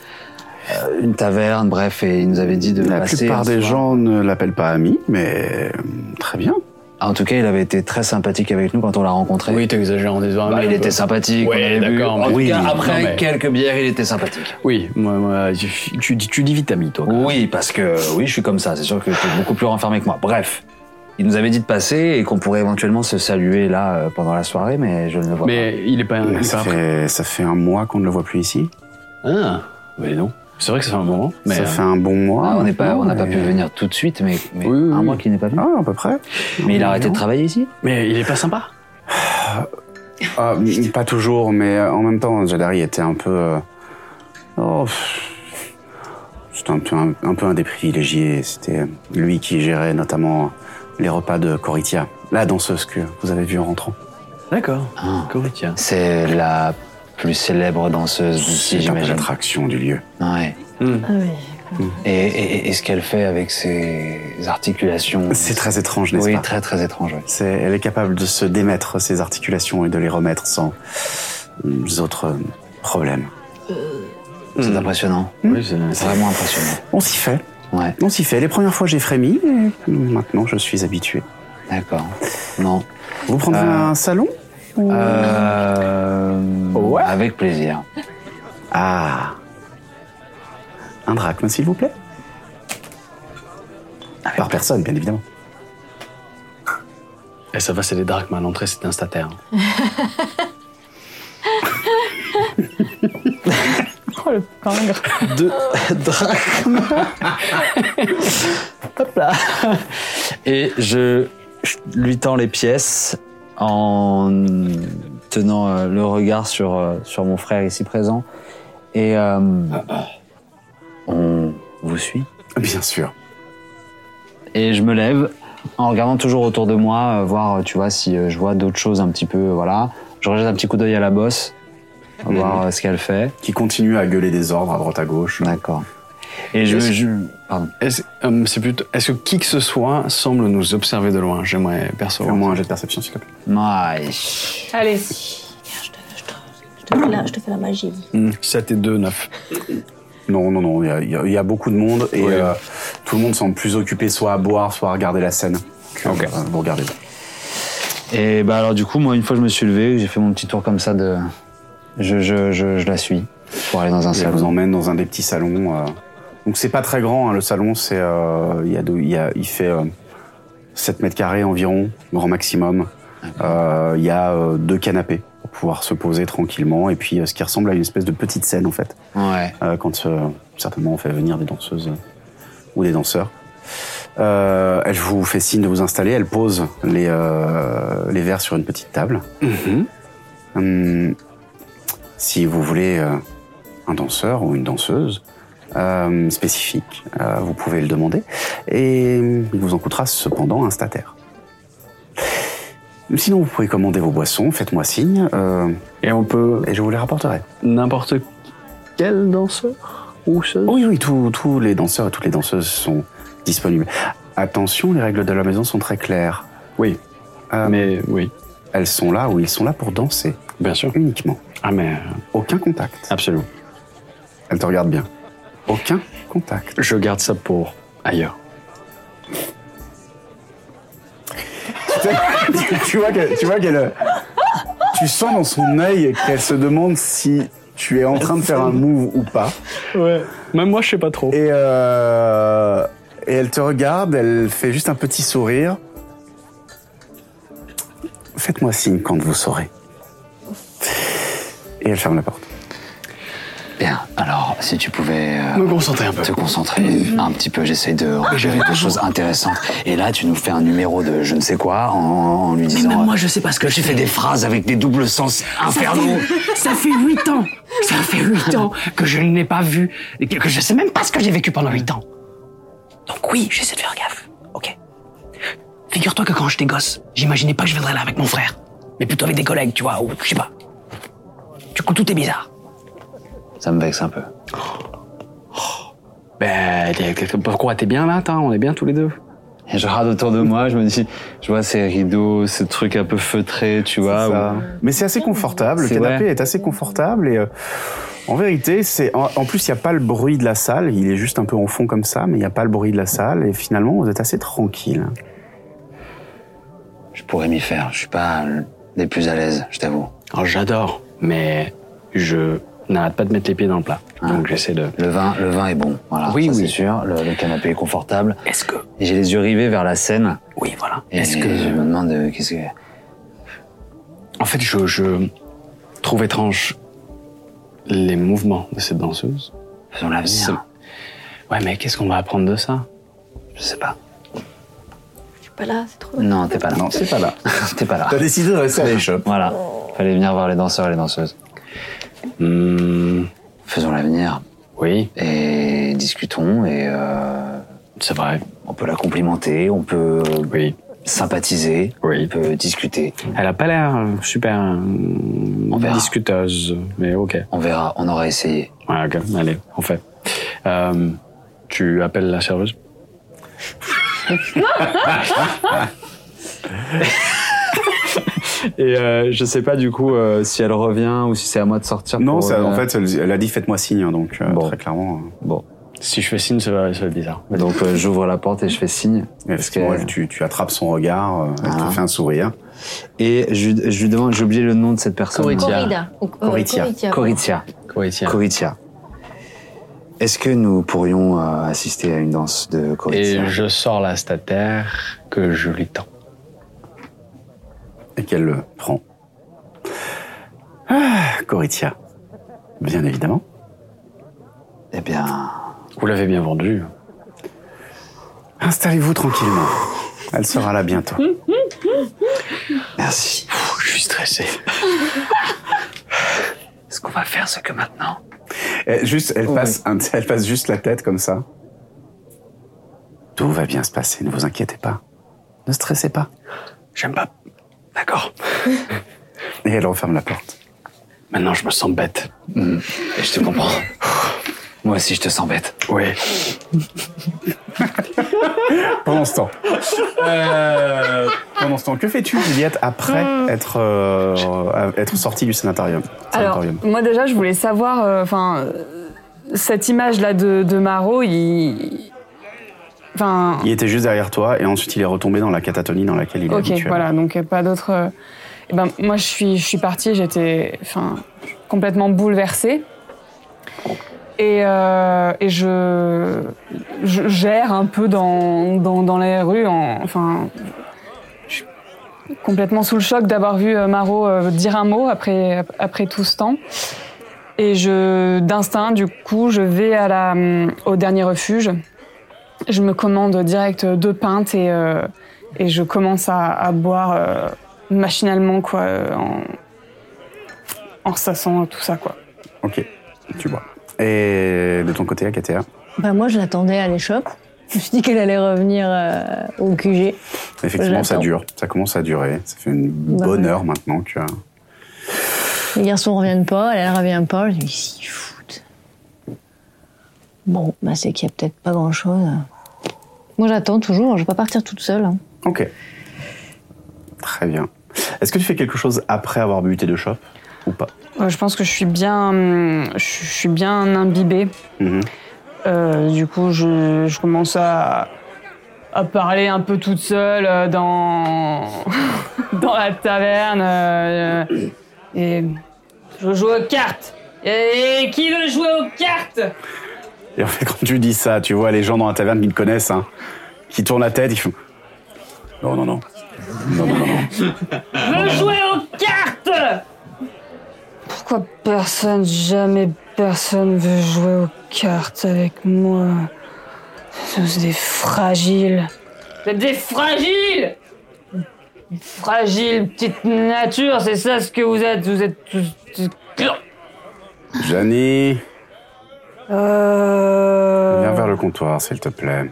euh, une taverne, bref, et il nous avait dit de La passer. plupart un des soir. gens ne l'appellent pas ami, mais euh, très bien. Ah, En tout cas, il avait été très sympathique avec nous quand on l'a rencontré. Oui, t'exagères en disant. Bah, il était sympathique. Ouais, on avait bu. d'accord, En mais tout oui. cas, Non, après mais- quelques bières, il était sympathique. Oui, moi, moi, je- tu, dis- tu dis vite ami, toi. Oui, parce que oui, je suis comme ça. C'est sûr que tu es beaucoup plus renfermé que moi. Bref, il nous avait dit de passer et qu'on pourrait éventuellement se saluer là euh, pendant la soirée, mais je ne le vois Mais il est pas. il est ça, pas fait, ça fait un mois qu'on ne le voit plus ici. Ah, mais non. C'est vrai que ça fait un moment. Mais ça euh, fait un bon mois. pas. Ah, on n'est pas, on n'a pas mais- pu venir tout de suite, mais, mais Oui, oui, un oui. mois qu'il n'est pas venu. Ah, à peu près. mais il a arrêté de travailler ici. euh, mais il est pas sympa. Ah, m- pas toujours, mais euh, en même temps, Jadari était un peu. euh, oh, pff, c'était un peu un, un peu un des privilégiés. C'était lui qui gérait notamment les repas de Coritia, la danseuse que vous avez vue en rentrant. D'accord. Ah. Coritia. C'est la plus célèbre danseuse d'ici, C'est un peu j'imagine. l'attraction du lieu. Ouais. Ah oui. Et, et- et ce qu'elle fait avec ses articulations. C'est très étrange, n'est-ce Oui, pas très très étrange. ouais. C'est- Elle est capable de se démettre ses articulations et de les remettre sans euh, autres euh, problèmes. Hmm. C'est Hmm. impressionnant. Hmm. Oui, c'est- C'est vraiment impressionnant. On s'y fait. Ouais. On s'y fait. Les premières fois, j'ai frémi, et maintenant, je suis habitué. D'accord. Non. Vous prendrez Euh. un salon ou- Euh, Ouais. Avec plaisir. Ah. Un drachme, s'il vous plaît. Par personne, bien évidemment. Et eh, ça va, c'est hein. les darks, mais à l'entrée, c'était un stataire. Oh, le Pingre. *laughs* Deux drachmes. *laughs* Hop là. Et je je lui tends les pièces en tenant euh, le regard sur, euh, sur mon frère ici présent. Et euh, Ah, on vous suit. Bien sûr. Et je me lève en regardant toujours autour de moi, euh, voir, euh, tu vois, si euh, je vois d'autres choses un petit peu, euh, voilà. Je rejette un petit coup d'œil à la bosse, voir euh, ce qu'elle fait. Qui continue à gueuler des ordres à droite à gauche. D'accord. Et je, Est-ce- je- pardon. Est-ce euh, c'est plutôt- est-ce que qui que ce soit semble nous observer de loin J'aimerais percevoir. Fais-moi un jet de perception, s'il te plaît. Nice. Allez. Je te fais la- je te fais la magie. Hmm. 7 et 2, 9. Non, non, non, il y a- il y, a- il y a beaucoup de monde et Ouais. euh, tout le monde semble plus occupé soit à boire, soit à regarder la scène. que, Ok. euh, vous regardez. Et bah alors du coup, moi, une fois que je me suis levé, j'ai fait mon petit tour comme ça de... Je, je, je, je la suis pour aller dans un Et elle vous salon. emmène dans un des petits salons. euh. Donc c'est pas très grand, hein, le salon, c'est, euh, il y a deux- il y a- il fait euh, 7 mètres carrés environ, grand maximum. Euh, Il y a euh, deux canapés pour pouvoir se poser tranquillement et puis euh, ce qui ressemble à une espèce de petite scène en fait, Ouais. euh, quand euh, certainement on fait venir des danseuses euh, ou des danseurs. Euh, elle vous fait signe de vous installer, elle pose les, euh, les verres sur une petite table. Hum, si vous voulez euh, un danseur ou une danseuse euh, spécifique, euh, vous pouvez le demander. Et euh, il vous en coûtera cependant un stataire. Sinon, vous pouvez commander vos boissons, faites-moi signe, euh, Et on peut et je vous les rapporterai. n'importe quel danseur ou ce. Oui, oui, tous tous les danseurs et toutes les danseuses sont disponibles. Attention, les règles de la maison sont très claires. Oui. Euh, Ah, Mais oui, Elles sont là où ils sont là pour danser, bien sûr. uniquement. Ah mais euh, Aucun contact. absolument. Elle te regarde bien. Aucun contact. Je garde ça pour ailleurs. tu, *laughs* tu vois qu'elle, tu vois qu'elle, euh, tu sens dans son œil qu'elle se demande si tu es en train de faire un move ou pas. Ouais. Même moi, je sais pas trop. Et, euh, et elle te regarde, elle fait juste un petit sourire. Faites-moi signe quand vous saurez. Et elle ferme la porte. Bien. Alors, si tu pouvais... euh, Me concentrer un peu. te concentrer un petit peu, j'essaye de repérer des choses intéressantes. Et là, tu nous fais un numéro de je ne sais quoi en, en lui disant. même moi, je sais pas ce que je j'ai fait fais. des phrases avec des doubles sens infernaux. Ça fait huit ans. Ça fait huit ans que je n'ai pas vu. et Que, que je sais même pas ce que j'ai vécu pendant huit ans. Donc oui, j'essaie de faire gaffe. Ok. Figure-toi que quand j'étais gosse, j'imaginais pas que je viendrais là avec mon frère, mais plutôt avec des collègues, tu vois, ou je sais pas. Du coup, tout est bizarre. Ça me vexe un peu. Ben, t'es- t'es- pourquoi t'es bien là, attends, on est bien tous les deux. Et je regarde autour de moi, je me dis, je vois ces rideaux, ces trucs un peu feutrés, tu vois. Ça. où- Mais c'est assez confortable. Le C'est canapé vrai. est assez confortable et euh, en vérité, c'est en, en plus il n'y a pas le bruit de la salle. Il est juste un peu en fond comme ça, mais il n'y a pas le bruit de la salle et finalement vous êtes assez tranquille. Je pourrais m'y faire. Je suis pas des plus à l'aise, je t'avoue. Alors, Oh, j'adore, mais je n'arrête pas de mettre les pieds dans le plat. Ah. Donc j'essaie de. Le vin, le vin est bon. Voilà. Oui, ça, oui. C'est sûr. Le, le canapé est confortable. Est-ce que Et j'ai les yeux rivés vers la scène. oui, voilà. Et Est-ce que- je me demande euh, qu'est-ce que. En fait, je, je trouve étrange les mouvements de cette danseuse. Faisons l'avenir. C'est- Ouais, mais qu'est-ce qu'on va apprendre de ça Je sais pas. Je suis pas là, c'est trop. Non, t'es pas là. Non, c'est pas là. *laughs* T'es pas là. T'as décidé de rester à l'échoppe. Voilà. Oh. Fallait venir voir les danseurs et les danseuses. Hmm, Faisons l'avenir Oui, et discutons et euh, c'est vrai. on peut la complimenter, on peut euh, Oui, sympathiser, oui. on peut discuter. Elle a pas l'air euh, super euh, On verra. discuteuse, mais ok. On verra, on aura essayé. Ouais, ok, allez, on fait. Euh, tu appelles *laughs* la serveuse Et euh, je sais pas du coup si elle revient ou si c'est à moi de sortir. euh, Non, ça- en fait, elle, elle a dit faites-moi signe, hein, donc euh, Bon. très clairement. euh, Bon, Si je fais signe, ça va, ça va être bizarre. donc euh, j'ouvre la porte et je fais signe. Parce effectivement, que- elle- tu, tu attrapes son regard, euh, elle Ah. te fait un sourire. Et je, lui- je lui demande, j'ai oublié le nom de cette personne. Corrida. Ou- euh, Oh, Coritia. Coritia. Oui, tiens. Coritia. Est-ce que nous pourrions euh, assister à une danse de Coritia Et je sors la statère que je lui tends. et qu'elle le prend. Ah, Coritia, bien évidemment. Eh bien, Vous l'avez bien vendu. Installez-vous tranquillement. Elle sera là bientôt. merci. Je suis stressé. Ce qu'on va faire, c'est que maintenant, Elle, juste, elle, passe un- elle passe juste la tête comme ça. Tout va bien se passer, ne vous inquiétez pas. Ne stressez pas. J'aime pas. D'accord. Et elle referme la porte. Hmm. maintenant, je me sens bête. Et je te comprends. Moi aussi, je te sens bête. Oui. *laughs* Pendant ce temps. Euh, Pendant ce temps, que fais-tu, Juliette, après être, euh, euh, être sortie du sénatarium Alors, Sanatorium. moi déjà, je voulais savoir, euh, enfin, euh, cette image-là de, de Maro, il... Enfin, Il était juste derrière toi et ensuite il est retombé dans la catatonie dans laquelle il est ok, habituel. voilà, donc euh, pas d'autre... euh, eh ben, moi, je suis, je suis partie, j'étais enfin, complètement bouleversée. Et, euh, et je, je gère un peu dans, dans, dans les rues, en- enfin... je suis complètement sous le choc d'avoir vu euh, Maro euh, dire un mot après, après tout ce temps. Et je, d'instinct, du coup, je vais à la, hum, au dernier refuge. Je me commande direct deux pintes et, euh, et je commence à, à boire euh, machinalement, quoi, euh, en, en ressassant tout ça, quoi. Ok, tu vois. Et de ton côté, Akatea Bah, moi, je l'attendais à l'échoppe. Je me suis dit qu'elle allait revenir euh, au QG. Effectivement, ça J'attends. dure. Ça commence à durer. Ça fait une Bah bonne ouais. heure maintenant que. Les garçons reviennent pas, elle, elle revient pas. Je me dis, Ils s'y foutent. Bon, bah, c'est qu'il y a peut-être pas grand-chose. Moi, j'attends toujours. Je vais pas partir toute seule. hein. Ok. Très bien. Est-ce que tu fais quelque chose après avoir bu tes deux chopes ou pas Euh, je pense que je suis bien, hum, je, je suis bien imbibée. Mhm. Euh, du coup, je, je commence à, à parler un peu toute seule euh, dans, *laughs* dans la taverne. euh, euh, et je joue aux cartes. Et qui veut jouer aux cartes Et en fait, quand tu dis ça, tu vois les gens dans la taverne qui te connaissent, hein, qui tournent la tête, ils font. Non, non, non. Non, non, non, non. Je veux jouer aux cartes Pourquoi personne, jamais personne veut jouer aux cartes avec moi Vous êtes des fragiles. Vous êtes des fragiles Fragiles, petite nature, c'est ça ce que vous êtes. Vous êtes tous... tous- Janie, Euh... viens vers le comptoir, s'il te plaît.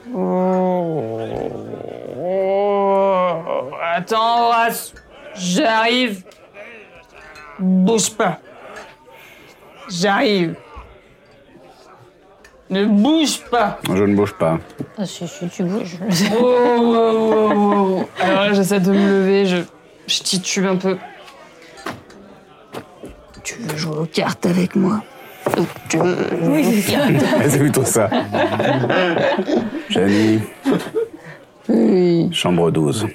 Oh. Attends, Horace, j'arrive. Bouge pas. J'arrive. Ne bouge pas. Je ne bouge pas. Ah, si, si, tu bouges. Oh, oh, oh, oh. Alors là, j'essaie de me lever, je, je titube un peu. Tu veux jouer aux cartes avec moi Ou Tu veux jouer aux cartes C'est plutôt ça. Janie, Oui. chambre 12.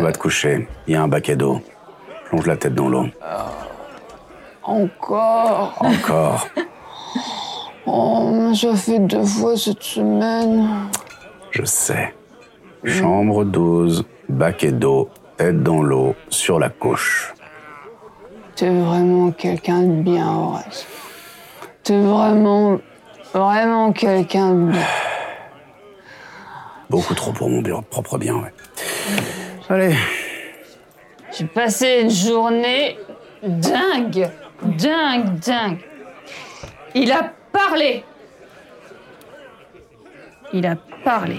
Va te coucher. Il y a un baquet d'eau. Plonge la tête dans l'eau. Encore *laughs* Encore. Oh, j'ai fait deux fois cette semaine. Je sais. Chambre 12, baquet d'eau, tête dans l'eau, sur la couche. T'es vraiment quelqu'un de bien, Horace. T'es vraiment, vraiment quelqu'un de bien. Beaucoup trop pour mon bureau- propre bien, ouais. Allez. J'ai passé une journée dingue, dingue, dingue. Il a parlé. Il a parlé.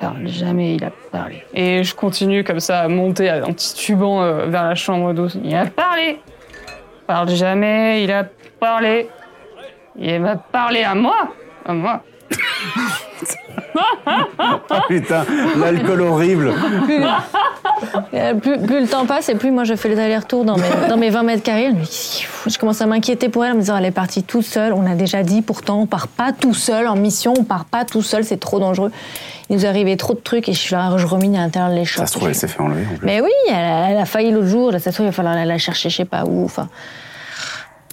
Il parle jamais, il a parlé. Et je continue comme ça à monter en titubant euh, vers la chambre d'eau. Il a parlé. Il Parle jamais, il a parlé. Il m'a parlé à moi. À moi. Ah *laughs* putain, l'alcool horrible. Euh, plus, plus le temps passe et plus moi je fais les allers-retours dans *laughs* mes, dans mes 20 mètres carrés. Je, me dis, je commence à m'inquiéter pour elle en me disant elle est partie toute seule. On a déjà dit pourtant on part pas tout seul en mission, on part pas tout seul, c'est trop dangereux. Il nous est arrivé trop de trucs et je suis là, je remine à l'intérieur de l'échoppe. Ça se trouve, elle s'est fait enlever. en plus. Mais oui, elle a, elle a failli l'autre jour. Là, ça se trouve, il va falloir aller la chercher, je sais pas où. Enfin,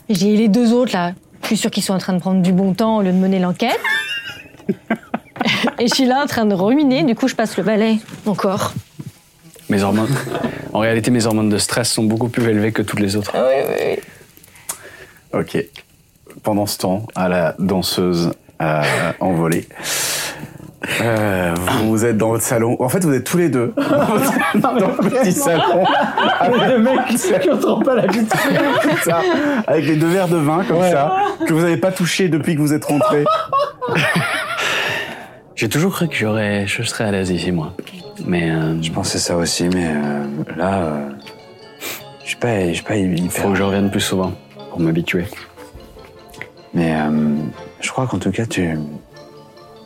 j'ai les deux autres là. Je suis sûre qu'ils sont en train de prendre du bon temps au lieu de *laughs* mener l'enquête. Et je suis là en train de ruminer. Du coup, je passe le balai encore. Mes hormones. *laughs* en réalité, mes hormones de stress sont beaucoup plus élevées que toutes les autres. Ok. pendant ce temps à la danseuse euh, envolée. Euh, vous êtes dans votre salon. En fait, vous êtes tous les *laughs* deux dans le petit salon. Avec le mec qui se pas la Avec les deux verres de vin, comme ça, que vous n'avez pas touché depuis que vous êtes rentrés. J'ai toujours cru que j'aurais, je serais à l'aise ici, moi. Mais euh, je pensais ça aussi, mais euh, là, euh, je suis pas, je suis pas hyper. Faut que je revienne plus souvent pour m'habituer. Mais euh, je crois qu'en tout cas, tu,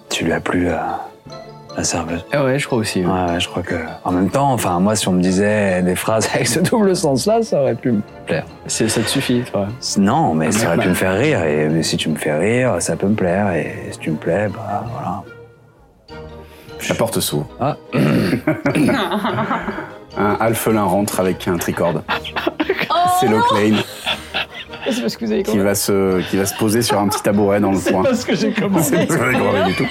tu lui as plu à la serveuse. Ah ouais, je crois aussi. Ouais, ouais, je crois que. En même temps, enfin, moi, si on me disait des phrases *laughs* avec ce double sens-là, ça aurait pu me plaire. C'est, ça te suffit, toi. Non, mais ça aurait pu me faire rire. Et mais si tu me fais rire, ça peut me plaire. Et si tu me plais, bah voilà. La porte s'ouvre. Ah. Un alphelin rentre avec un tricorde. C'est l'Oclane C'est parce que vous avez qui va se qui va se poser sur un petit tabouret dans le coin. parce que j'ai C'est commencé. pas ce que j'ai commandé du *laughs* tout.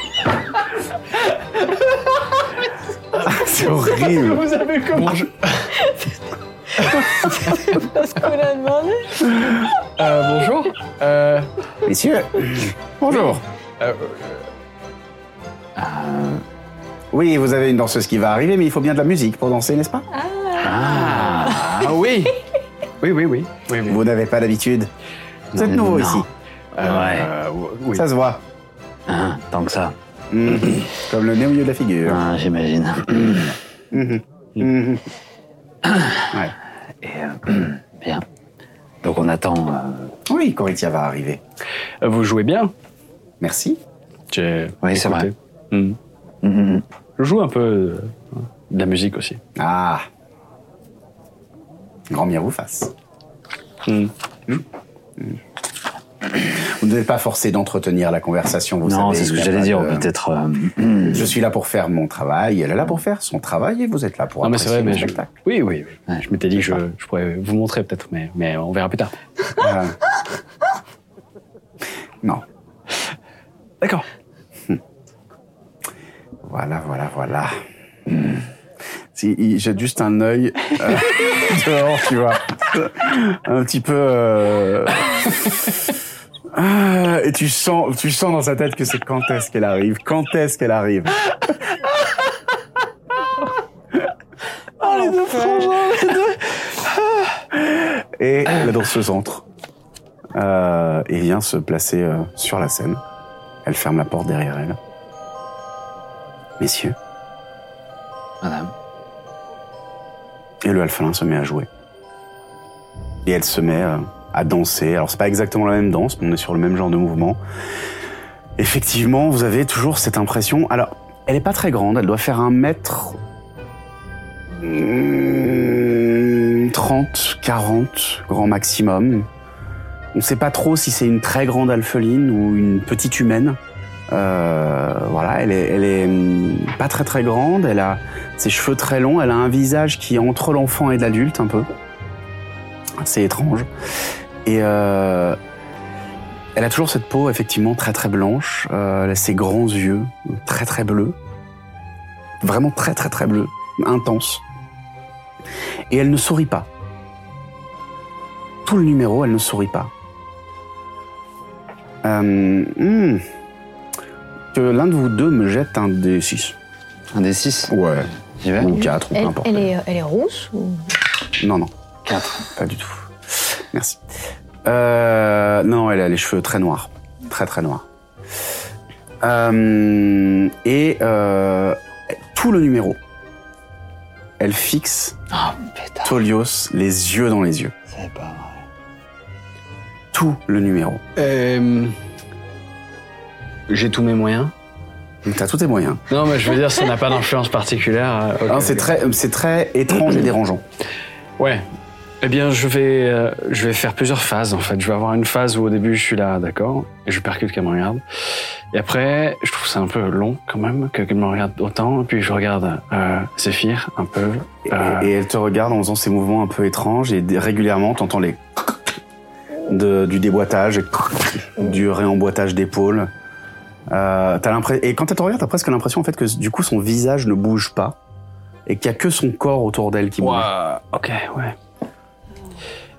C'est horrible. Vous avez commencé. C'est parce qu'on l'a demandé. Euh, bonjour. Euh, Messieurs, bonjour. euh, euh, Oui, vous avez une danseuse qui va arriver, mais il faut bien de la musique pour danser, n'est-ce pas ah oui. Oui, oui, oui. oui, oui. Vous n'avez pas l'habitude. Vous êtes Non, nouveau non. ici. Euh, oui. Ça se voit. Hein, tant que ça. Mhm. *coughs* Comme le nez au milieu de la figure. Hein, J'imagine. Mhm. Mhm. Ouais. Et euh, *clears throat* bien. Donc on attend. euh, Oui, Coritia va arriver. Euh, Vous jouez bien. Merci. J'ai Oui, c'est écouté. vrai. Hmm. Mm, Mhm. Je joue un peu euh, de la musique aussi. Ah Grand bien vous fasse. Hmm. Vous ne devez pas forcer d'entretenir la conversation, vous non, savez, c'est il ce que y a j'allais pas dire. de- on peut Peut-être. euh, Je suis là pour faire mon travail, elle est là pour faire son travail, et vous êtes là pour Non, mais c'est apprécier vrai, le mais je... spectacle. Oui, oui, oui. Ouais. Je m'étais dit que je, je pourrais vous montrer peut-être, mais, mais on verra plus tard. Ah. Non. D'accord. Voilà, voilà, voilà. Si, il jette juste un œil euh, *laughs* dehors, tu vois. Un petit peu... euh, ah, et tu sens, tu sens dans sa tête que c'est quand est-ce qu'elle arrive, quand est-ce qu'elle arrive. Et la danseuse entre euh, et vient se placer euh, sur la scène. Elle ferme la porte derrière elle. Messieurs. Madame. Et le alphalin se met à jouer. Et elle se met euh, à danser. Alors c'est pas exactement la même danse, mais on est sur le même genre de mouvement. Effectivement, vous avez toujours cette impression. Alors, elle est pas très grande, elle doit faire un mètre. mm, 30, 40, grand maximum. On sait pas trop si c'est une très grande alpheline ou une petite humaine. Euh, voilà, elle est, elle est hum, pas très très grande, elle a ses cheveux très longs, elle a un visage qui est entre l'enfant et l'adulte un peu. C'est étrange. Et euh, elle a toujours cette peau effectivement très très blanche, euh, elle a ses grands yeux très très bleus, vraiment très très très bleus, intenses. Et elle ne sourit pas. Tout le numéro, elle ne sourit pas. Euh, hmm. Que l'un de vous deux me jette un des six. Un des six. Ouais. J'y vais. Ou quatre, ou peu Elle, importe. elle est, euh, elle est rousse ou... Non, non. Quatre. Pas du tout. Merci. Euh, non, elle a les cheveux très noirs. Très, très noirs. Euh, et euh, tout le numéro, elle fixe Oh putain. Tolios les yeux dans les yeux. C'est pas vrai. Tout le numéro. Euh, J'ai tous mes moyens. Donc, T'as tous tes moyens. Non, mais je veux dire, ça n'a pas d'influence particulière. euh, ok, Hein, c'est ok. très, c'est très étrange et dérangeant. Ouais. Eh bien, je vais, euh, je vais faire plusieurs phases, en fait. Je vais avoir une phase où, au début, je suis là, d'accord, et je percute qu'elle me regarde. Et après, je trouve ça un peu long, quand même, que- qu'elle me regarde autant. Et puis, je regarde euh, Zephyr, un peu. Et, Euh. et elle te regarde en faisant ces mouvements un peu étranges et d- régulièrement t'entends les *laughs* de- du déboîtage, du réemboîtage d'épaule. Euh, t'as l'impres- et quand elle te regarde, t'as presque l'impression en fait que du coup son visage ne bouge pas et qu'il y a que son corps autour d'elle qui bouge. Ok, ouais.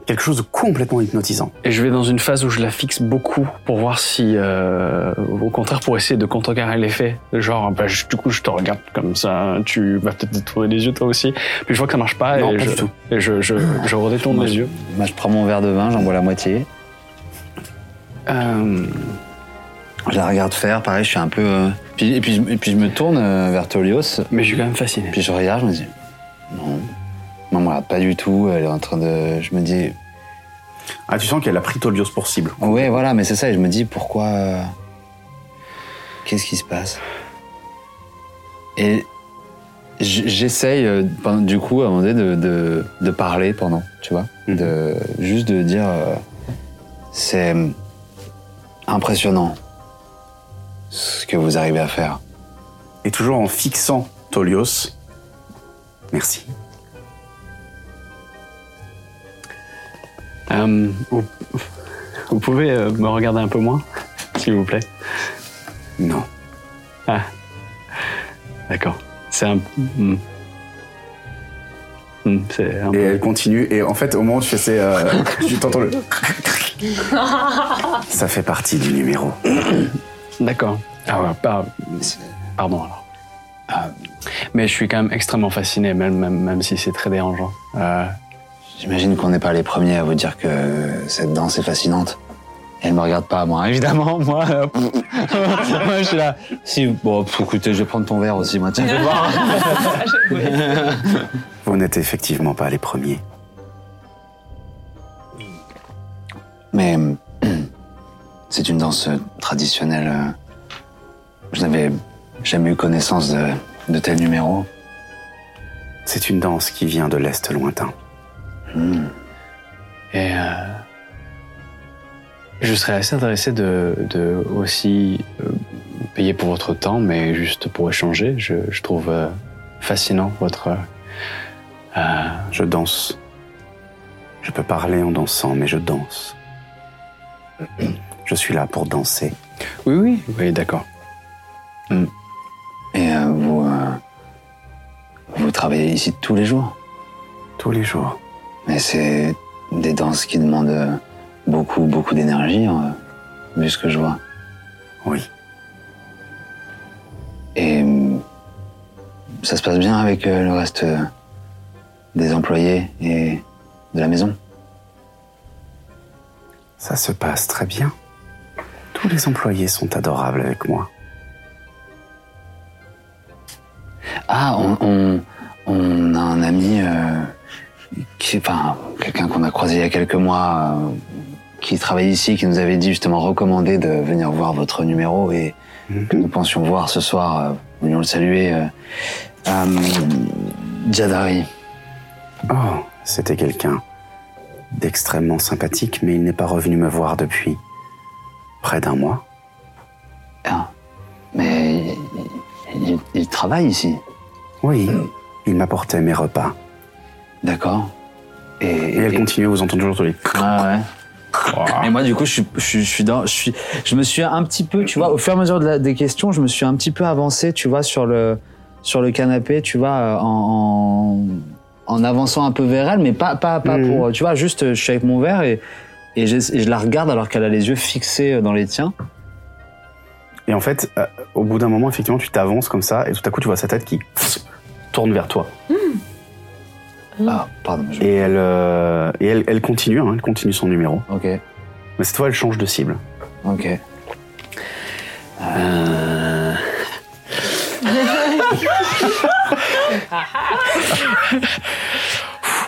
quelque chose de complètement hypnotisant. Et je vais dans une phase où je la fixe beaucoup pour voir si, euh, au contraire, pour essayer de contrecarrer l'effet. Genre, bah, je- du coup, je te regarde comme ça, tu vas peut-être détourner les yeux toi aussi. Puis je vois que ça marche pas, Non, et, pas je, du tout. et je, je, je redétourne Moi, les je- yeux. Moi, je prends mon verre de vin, j'en bois la moitié. Euh, Je la regarde faire, pareil, je suis un peu. euh, Puis, et, puis, je- et puis je me tourne euh, vers Tolios. Mais je suis quand même fasciné. Puis je regarde, je me dis. Non. Non, voilà, pas du tout. Elle est en train de. Je me dis. Ah, tu sens qu'elle a pris Tolios pour cible. Oui, voilà, mais c'est ça. Et je me dis pourquoi. euh, Qu'est-ce qui se passe Et j- j'essaye, euh, pendant- du coup, à un moment donné, de, de- de parler pendant, tu vois. de, juste de dire. euh, c'est impressionnant ce que vous arrivez à faire. Et toujours en fixant Tolios. Merci. Euh, vous, vous pouvez euh, me regarder un peu moins, s'il vous plaît Non. Ah. D'accord. C'est un. hmm. Hmm, c'est un- Et elle continue. Et en fait, au moment où tu fais ces. euh, tu t'entends le. Ça fait partie du numéro. D'accord. Ah ouais, pas- Pardon alors. Euh, mais je suis quand même extrêmement fasciné, même, même, même si c'est très dérangeant. Euh, J'imagine qu'on n'est pas les premiers à vous dire que cette danse est fascinante. Elle me regarde pas, moi, évidemment, *laughs* moi. euh, moi, je suis là. Si, bon, pff, écoutez, je vais prendre ton verre aussi, moi, tiens, je vais voir. Vous n'êtes effectivement pas les premiers. Mais *clears throat* c'est une danse euh, traditionnelle. euh, Je n'avais jamais eu connaissance de, de tel numéro. C'est une danse qui vient de l'Est lointain. Et euh, je serais assez intéressé de, de aussi euh, payer pour votre temps, mais juste pour échanger. Je, je trouve euh, fascinant votre. euh, Je danse. Je peux parler en dansant, mais je danse. Je suis là pour danser. Oui, oui, oui, d'accord. Et euh, vous, euh, vous travaillez ici tous les jours. Tous les jours. Mais c'est des danses qui demandent euh, beaucoup, beaucoup d'énergie, hein, vu ce que je vois. Oui. Et euh, ça se passe bien avec euh, le reste euh, des employés et de la maison. Ça se passe très bien. Tous les employés sont adorables avec moi. Ah, on, on, on a un ami, euh, qui, enfin, quelqu'un qu'on a croisé il y a quelques mois, euh, qui travaille ici, qui nous avait dit justement recommandé de venir voir votre numéro et que nous pensions voir ce soir, euh, nous voulions le saluer, euh, euh, Jadari. Oh, c'était quelqu'un d'extrêmement sympathique, mais il n'est pas revenu me voir depuis près d'un mois. Mais il, il- il travaille ici, Oui, il m'apportait mes repas. d'accord et, Et elle continue, vous entendez toujours tous les... Ah ouais. Et moi, du coup, je suis, je, suis- je suis dans, je suis, je me suis un petit peu, tu vois, au fur et à mesure de la- des questions, je me suis un petit peu avancé, tu vois, sur le, sur le canapé, tu vois, euh, en, en, en avançant un peu vers elle, mais pas, pas, Mmh. pas pour, euh, tu vois, juste, euh, je suis avec mon verre et, et, j'essa- et je la regarde alors qu'elle a les yeux fixés euh, dans les tiens. Et en fait, euh, au bout d'un moment, effectivement, tu t'avances comme ça, et tout à coup, tu vois sa tête qui tourne vers toi. Mmh. Ah, pardon. je- Et elle, euh, et elle, elle continue, hein, elle continue son numéro. Ok, Mais cette fois, elle change de cible. ok. Euh, Et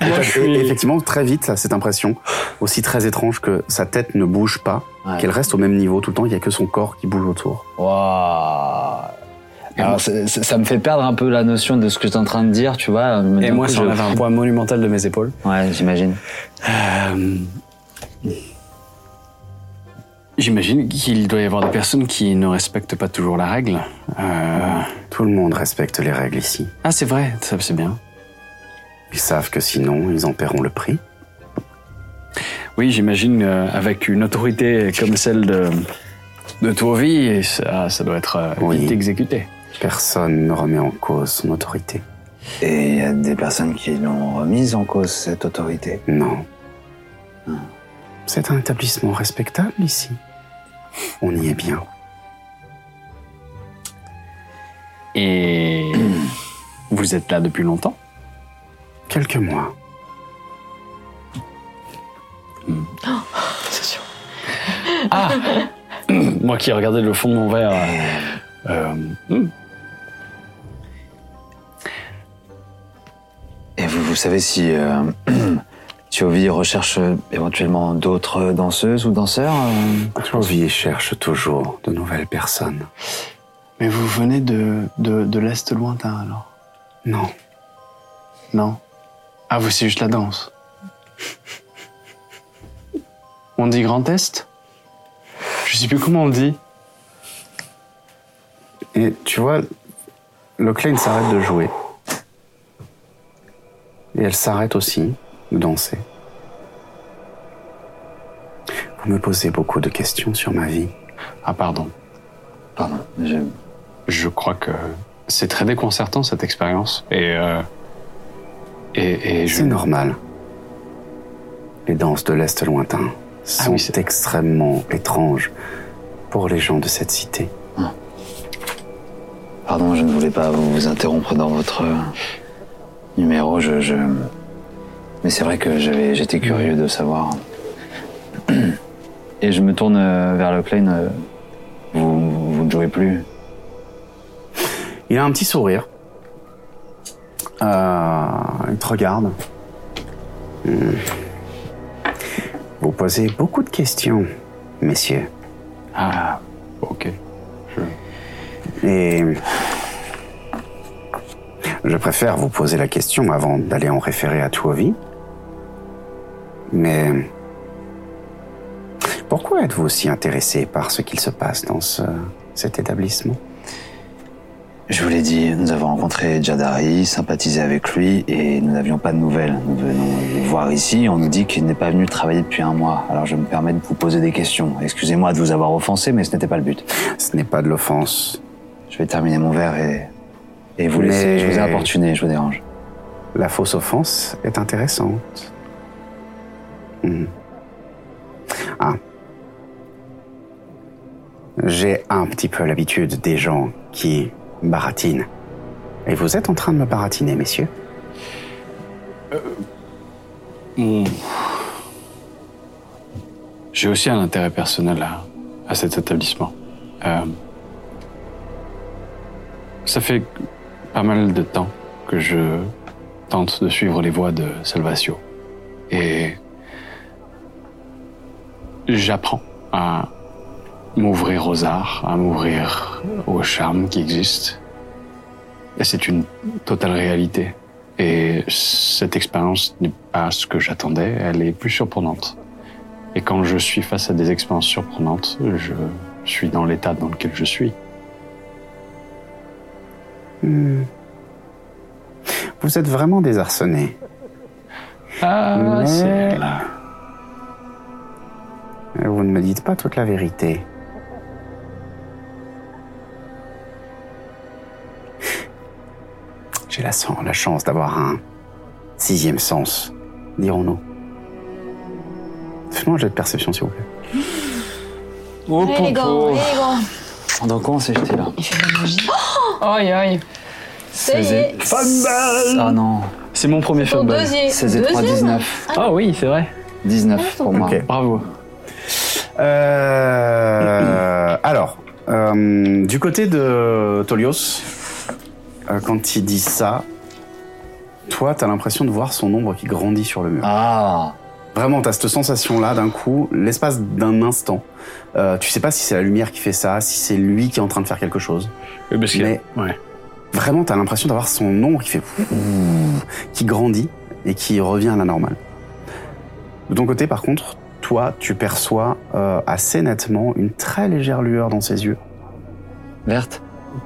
t'as- et effectivement, très vite, ça, cette impression, aussi très étrange que sa tête ne bouge pas, Ouais. qu'elle reste au même niveau tout le temps, il n'y a que son corps qui bouge autour. Waouh. Alors, c'est- c'est- ça me fait perdre un peu la notion de ce que tu es en train de dire, tu vois. mais Et d'un moi, coup, ça je- enlève un poids monumental de mes épaules. Ouais, j'imagine. Euh, J'imagine qu'il doit y avoir des personnes qui ne respectent pas toujours la règle. Euh, Tout le monde respecte les règles ici. Ah, c'est vrai, ça c'est bien. Ils savent que sinon, ils en paieront le prix. Oui, j'imagine euh, avec une autorité comme celle de, de Tourvie, et ça, ça doit être euh, Oui. vite exécuté. Personne ne remet en cause son autorité. Et il y a des personnes qui l'ont remise en cause, cette autorité. Non. C'est un établissement respectable ici. On y est bien. Et *clears throat* vous êtes là depuis longtemps Quelques mois. Ah Moi qui regardais le fond de mon verre. euh, euh, hmm. Et vous, vous savez si euh, *clears throat* Thiovi recherche euh, éventuellement d'autres danseuses ou danseurs euh, Thiovi cherche toujours de nouvelles personnes. Mais vous venez de, de, de l'Est lointain alors Non, Non Ah, vous, c'est juste la danse. On dit Grand Est Je sais plus comment on le dit. Et tu vois, le Klein s'arrête de jouer. Et elle s'arrête aussi de danser. Vous me posez beaucoup de questions sur ma vie. Ah, pardon. Pardon, je... Je crois que c'est très déconcertant cette expérience. Et, euh, et, et je. C'est normal. Les danses de l'Est lointain sont Ah oui, c'est- extrêmement étranges pour les gens de cette cité. Pardon, je ne voulais pas vous, vous interrompre dans votre euh, numéro. Je, je... Mais c'est vrai que j'avais, j'étais curieux de savoir. *clears throat* Et je me tourne euh, vers le plane. euh, Vous, vous ne jouez plus Il a un petit sourire. Euh, il te regarde. Hmm. Vous posez beaucoup de questions, messieurs. Ah, ok. Et je préfère vous poser la question avant d'aller en référer à Tuovi. Mais pourquoi êtes-vous si intéressé par ce qu'il se passe dans ce- cet établissement Je vous l'ai dit, nous avons rencontré Jadari, sympathisé avec lui et nous n'avions pas de nouvelles. Nous venons le voir ici et on nous dit qu'il n'est pas venu travailler depuis un mois. Alors je me permets de vous poser des questions. Excusez-moi de vous avoir offensé, mais ce n'était pas le but. Ce n'est pas de l'offense. Je vais terminer mon verre et, et vous Mais- laisser. Je vous ai importuné, je vous dérange. La fausse offense est intéressante. Hmm. Ah. J'ai un petit peu l'habitude des gens qui baratinent. Et vous êtes en train de me baratiner, messieurs. Hmm. J'ai aussi un intérêt personnel à, à cet établissement. Euh, ça fait pas mal de temps que je tente de suivre les voies de Salvatio. Et j'apprends à m'ouvrir aux arts, à m'ouvrir aux charmes qui existent. Et c'est une totale réalité. Et cette expérience n'est pas ce que j'attendais, elle est plus surprenante. Et quand je suis face à des expériences surprenantes, je suis dans l'état dans lequel je suis. Hmm. Vous êtes vraiment désarçonnés. Ah, Mais- c'est là. Vous ne me dites pas toute la vérité. J'ai la, chan- la chance d'avoir un sixième sens, dirons-nous. Faites-moi un jet de perception, s'il vous plaît. Oh, Élégant, élégant. Pendant quand on s'est jeté là Aïe, aïe. Ça y est. Ah non, C'est mon premier Ton fumble. deuxième. 16 et 3, Deuxième Ah, 19. Ah oui, c'est vrai. 19 pour moi. Ok. Bravo. Euh, alors, euh, du côté de Tolios, euh, quand il dit ça, toi, t'as l'impression de voir son ombre qui grandit sur le mur. Ah Vraiment, t'as cette sensation-là d'un coup, l'espace d'un instant. Euh, tu sais pas si c'est la lumière qui fait ça, si c'est lui qui est en train de faire quelque chose. Mais ouais. vraiment, t'as l'impression d'avoir son ombre qui fait, qui grandit et qui revient à la normale. De ton côté, par contre, toi, tu perçois euh, assez nettement une très légère lueur dans ses yeux, Verte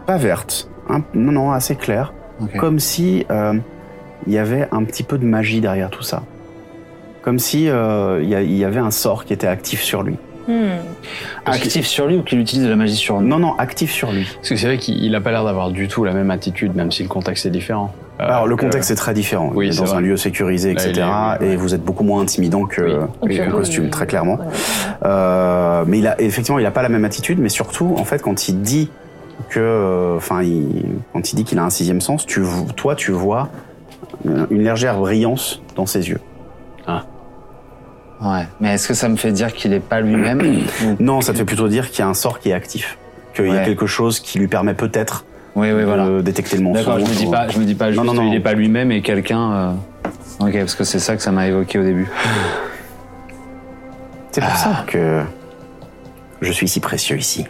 pas verte, hein, non non, assez claire, Ok. comme si euh, il y avait un petit peu de magie derrière tout ça, comme si euh, il y a- il y avait un sort qui était actif sur lui. Actif sur lui ou qu'il utilise de la magie sur nous Non non, actif sur lui. Parce que c'est vrai qu'il il a pas l'air d'avoir du tout la même attitude, même si le contexte est différent. Euh, Alors le contexte est très différent. Oui, Vous êtes c'est dans un vrai. lieu sécurisé, Là, il etc. est- oui, Et vous êtes beaucoup moins intimidant que Oui, le oui, costume, très clairement. Euh, mais il a effectivement, il a pas la même attitude, mais surtout, en fait, quand il dit que, euh, enfin, il- quand il dit qu'il a un sixième sens, tu, vo- toi, tu vois euh, une légère brillance dans ses yeux. Ouais. Mais est-ce que ça me fait dire qu'il est pas *coughs* lui-même Non, ça te fait plutôt dire qu'il y a un sort qui est actif, qu'il y a Ouais. quelque chose qui lui permet peut-être de détecter le mensonge. D'accord, je me dis ou- pas, je me dis pas juste non, non. il est pas lui-même et quelqu'un. euh, Ok, parce que c'est ça que ça m'a évoqué au début. C'est pour ça Ah, que je suis si précieux ici.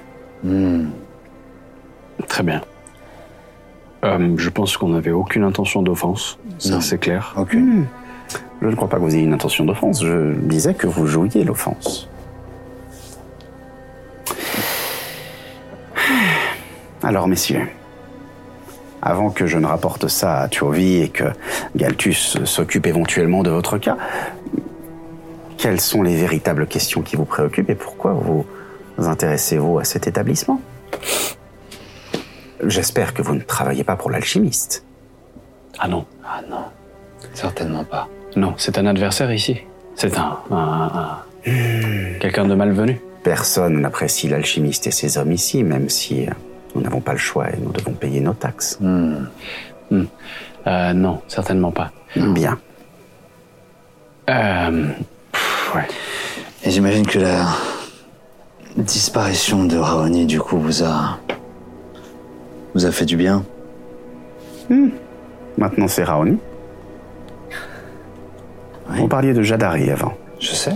Très bien. Euh, je pense qu'on n'avait aucune intention d'offense, ça c'est clair. Aucune. Je ne crois pas que vous ayez une intention d'offense. Je disais que vous jouiez l'offense. Alors, messieurs, avant que je ne rapporte ça à Turvi et que Galtus s'occupe éventuellement de votre cas, quelles sont les véritables questions qui vous préoccupent et pourquoi vous intéressez-vous à cet établissement J'espère que vous ne travaillez pas pour l'alchimiste. Ah non. Ah non. Certainement pas. Non, c'est un adversaire ici. C'est un. un- un- Mmh. un- Quelqu'un de malvenu. Personne n'apprécie l'alchimiste et ses hommes ici, même si euh, nous n'avons pas le choix et nous devons payer nos taxes. Hmm. Euh, non, certainement pas. Bien. Euh, pff, ouais. Et j'imagine que la disparition de Raoni, du coup, vous a. vous a fait du bien. Maintenant, c'est Raoni. Vous parliez de Jadari avant. Je sais.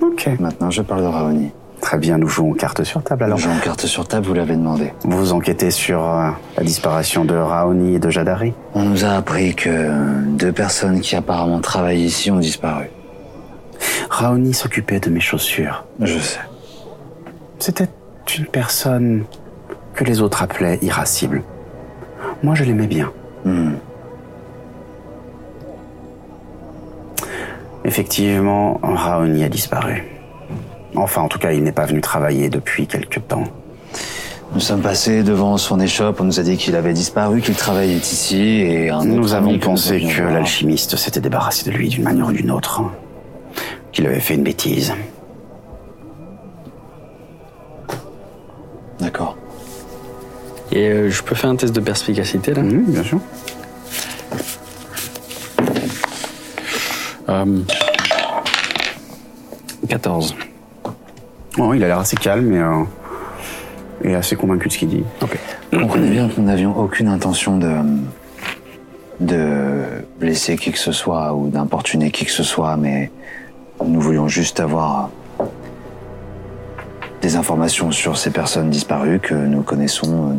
Ok. Maintenant, je parle de Raoni. Très bien, nous jouons carte sur table alors. J'ai une carte sur table, vous l'avez demandé. Vous enquêtez sur euh, la disparition de Raoni et de Jadari On nous a appris que deux personnes qui apparemment travaillent ici ont disparu. Raoni s'occupait de mes chaussures. Je sais. C'était une personne que les autres appelaient irascible. Moi, je l'aimais bien. Hmm. Effectivement, Raoni a disparu. Enfin, en tout cas, il n'est pas venu travailler depuis quelque temps. Nous sommes passés devant son échoppe, on nous a dit qu'il avait disparu, qu'il travaillait ici et un autre Nous ami avons que pensé avions que voir. l'alchimiste s'était débarrassé de lui d'une manière ou d'une autre, hein. qu'il avait fait une bêtise. D'accord. Et euh, je peux faire un test de perspicacité là Hmm, bien sûr. Euh, 14. Oh, il a l'air assez calme et, euh, et assez convaincu de ce qu'il dit. comprenez bien que nous n'avions aucune intention de de blesser qui que ce soit ou d'importuner qui que ce soit, mais nous voulions juste avoir des informations sur ces personnes disparues que nous connaissons euh,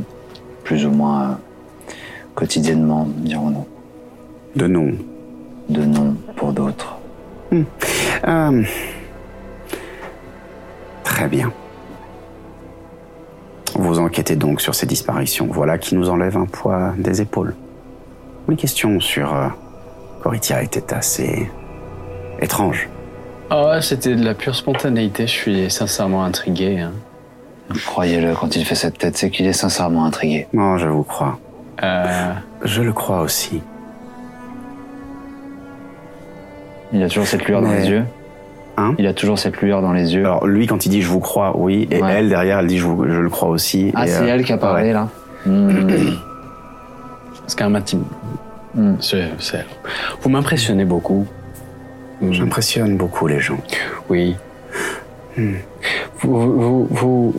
plus ou moins euh, quotidiennement, dirons-nous, De nom. de nom pour d'autres. Euh, Très bien. Vous enquêtez donc sur ces disparitions. Voilà qui nous enlève un poids des épaules. Mes questions sur euh, Coritia étaient assez étranges. Ah ouais, c'était de la pure spontanéité, je suis sincèrement intrigué. hein. Croyez-le, quand il fait cette tête, c'est qu'il est sincèrement intrigué. Non, je vous crois. Euh, Je le crois aussi. Il a toujours cette lueur dans Mais- les yeux. Hein Il a toujours cette lueur dans les yeux. Alors lui, quand il dit je vous crois, oui, et Ouais. elle derrière, elle dit je, vous- je le crois aussi. ah, et, c'est euh, elle qui a parlé, ouais. là Hmm. c'est quand même intime. Mm. hmm, C'est- c'est- Vous m'impressionnez beaucoup. Mm. J'impressionne beaucoup les gens. Oui. Hmm. Vous, vous, vous-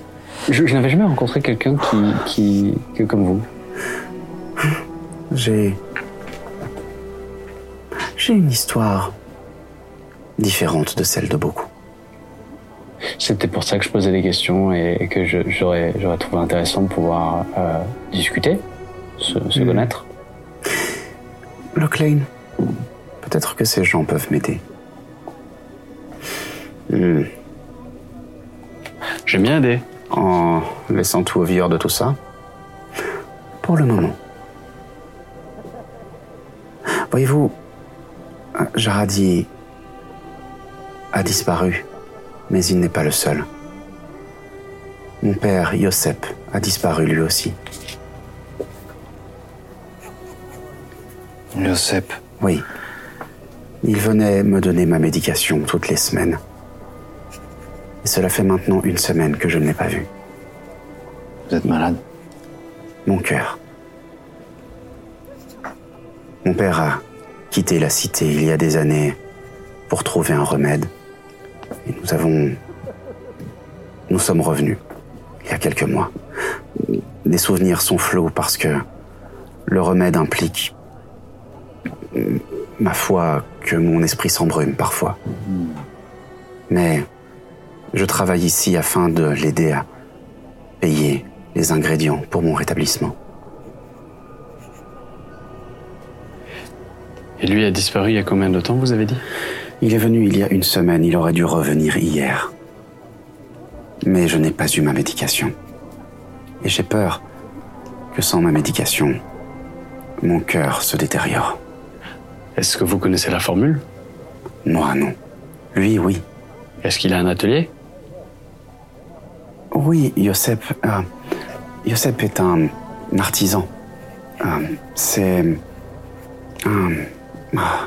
Je, je n'avais jamais rencontré quelqu'un qui, qui, que comme vous. J'ai, j'ai une histoire différente de celle de beaucoup. C'était pour ça que je posais des questions et, et que je- j'aurais, j'aurais trouvé intéressant de pouvoir euh, discuter, se, se connaître. Locklane, peut-être que ces gens peuvent m'aider. Hmm. J'aime bien aider. En laissant tout au vire de tout ça. Pour le moment. Voyez-vous, euh, Jaradi a disparu, mais il n'est pas le seul. Mon père, Yosep, a disparu lui aussi. Joseph. Oui. Il venait me donner ma médication toutes les semaines. Et cela fait maintenant une semaine que je ne l'ai pas vu. Vous êtes malade Mon cœur. Mon père a quitté la cité il y a des années pour trouver un remède. Et nous avons... Nous sommes revenus il y a quelques mois. Les souvenirs sont flous parce que le remède implique, euh, ma foi, que mon esprit s'embrume parfois. Mais je travaille ici afin de l'aider à payer les ingrédients pour mon rétablissement. Et lui a disparu il y a combien de temps, vous avez dit Il est venu il y a une semaine, il aurait dû revenir hier. Mais je n'ai pas eu ma médication. Et j'ai peur que sans ma médication, mon cœur se détériore. Est-ce que vous connaissez la formule Moi, non. Lui, oui. Est-ce qu'il a un atelier Oui, Yosep. euh, Yosep est un, un artisan. Euh, C'est un ah,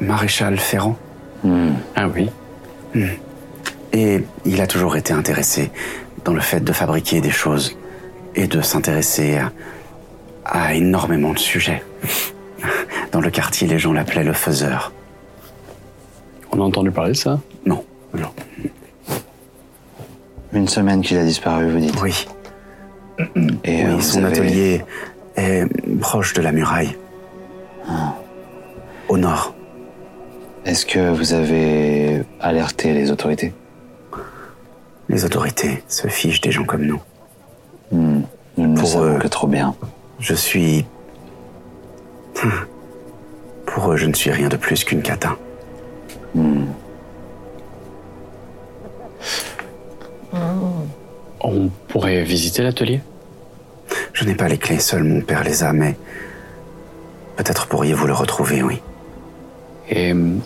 maréchal ferrant. Ah oui. Et il a toujours été intéressé dans le fait de fabriquer des choses et de s'intéresser à, à énormément de sujets. *laughs* Dans le quartier, les gens l'appelaient le faiseur. On a entendu parler de ça Non. Une semaine qu'il a disparu, vous dites Oui. Et euh, oui, vous son avez- atelier est proche de la muraille. Ah. Au nord. Est-ce que vous avez alerté les autorités Les autorités se fichent des gens comme nous. Nous ne le Pour savons eux. que trop bien. Je suis. *laughs* Pour eux, je ne suis rien de plus qu'une catin. On pourrait visiter l'atelier Je n'ai pas les clés, seul mon père les a, mais. Peut-être pourriez-vous le retrouver, oui. Et hum,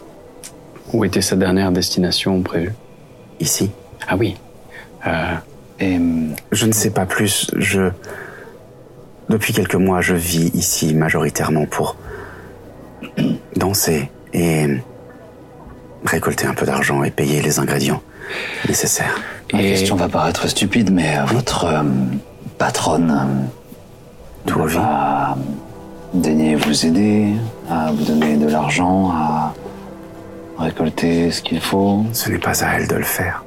où était sa dernière destination prévue Ici. Ah oui. Euh, Et hum, Je ne sais pas plus, je. Depuis quelques mois, je vis ici majoritairement pour. danser et. récolter un peu d'argent et payer les ingrédients nécessaires. ma question va paraître stupide, mais euh, votre euh, patronne euh, Tout va daigner vous aider, à vous donner de l'argent, à récolter ce qu'il faut. Ce n'est pas à elle de le faire.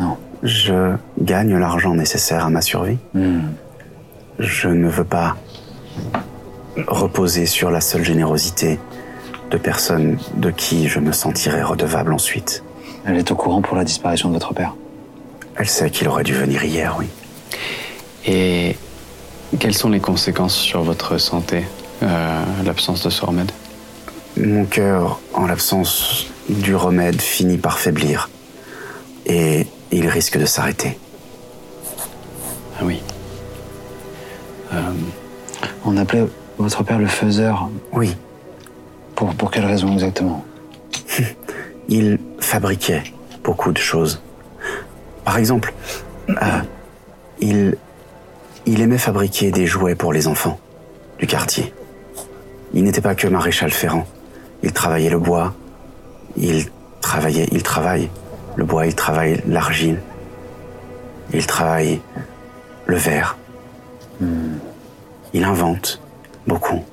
Non. Je gagne l'argent nécessaire à ma survie. Hmm. Je ne veux pas reposer sur la seule générosité de personnes de qui je me sentirai redevable ensuite. Elle est au courant pour la disparition de votre père. Elle sait qu'il aurait dû venir hier, oui. Et quelles sont les conséquences sur votre santé, euh, l'absence de ce remède Mon cœur, en l'absence du remède, finit par faiblir. Et il risque de s'arrêter. Ah oui. On appelait votre père le faiseur. Oui. Pour, pour quelle raison exactement Il fabriquait beaucoup de choses. Par exemple, euh, il, il aimait fabriquer des jouets pour les enfants du quartier. Il n'était pas que maréchal ferrant. Il travaillait le bois. Il travaillait, il travaille le bois, il travaille l'argile. Il travaille le verre. Il invente beaucoup.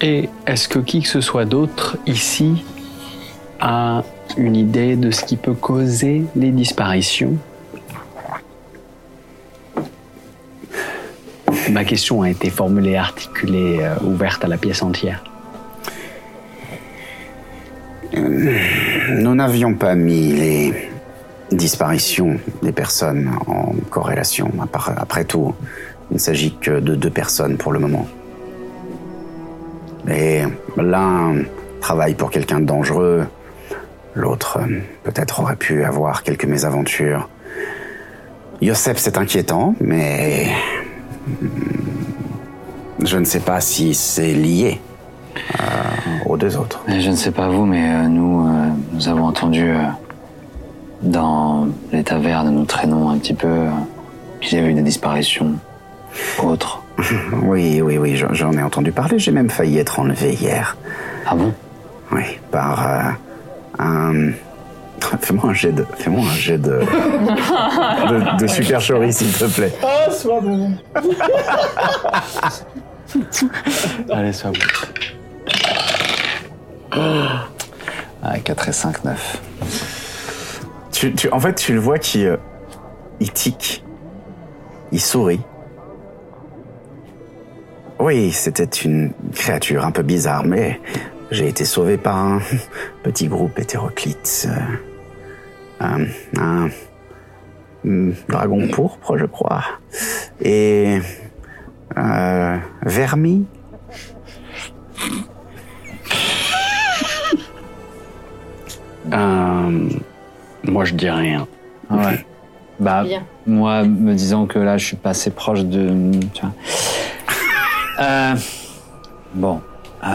Et est-ce que qui que ce soit d'autre ici a une idée de ce qui peut causer les disparitions Ma question a été formulée, articulée, euh, ouverte à la pièce entière. Nous n'avions pas mis les disparitions des personnes en corrélation. À part- Après tout, il ne s'agit que de deux personnes pour le moment. Et l'un travaille pour quelqu'un de dangereux, l'autre euh, peut-être aurait pu avoir quelques mésaventures. Yosef, c'est inquiétant, mais mm, je ne sais pas si c'est lié euh, aux deux autres. Mais Je ne sais pas vous, mais euh, nous, euh, nous avons entendu euh, dans les tavernes, nous traînons un petit peu, euh, qu'il y avait eu des disparitions autres. Oui, oui, oui, j'en- j'en ai entendu parler. J'ai même failli être enlevé hier. Ah bon Oui, par euh, un. *laughs* Fais-moi un jet de. Fais-moi un jet de. de, de supercherie, s'il te plaît. Ah, sois bon. Allez, sois bon. Ah, 4 et 5, 9. Tu, tu- en fait, tu le vois qui. euh, il tique. Il sourit. Oui, c'était une créature un peu bizarre, mais j'ai été sauvé par un *laughs* petit groupe hétéroclite. euh, un- un mm, dragon pourpre, je crois. Et. Euh, vermi Euh, moi, je dis rien. Ouais. Bah, moi, me disant que là, je suis pas assez proche de. Tu vois. Euh, bon. euh,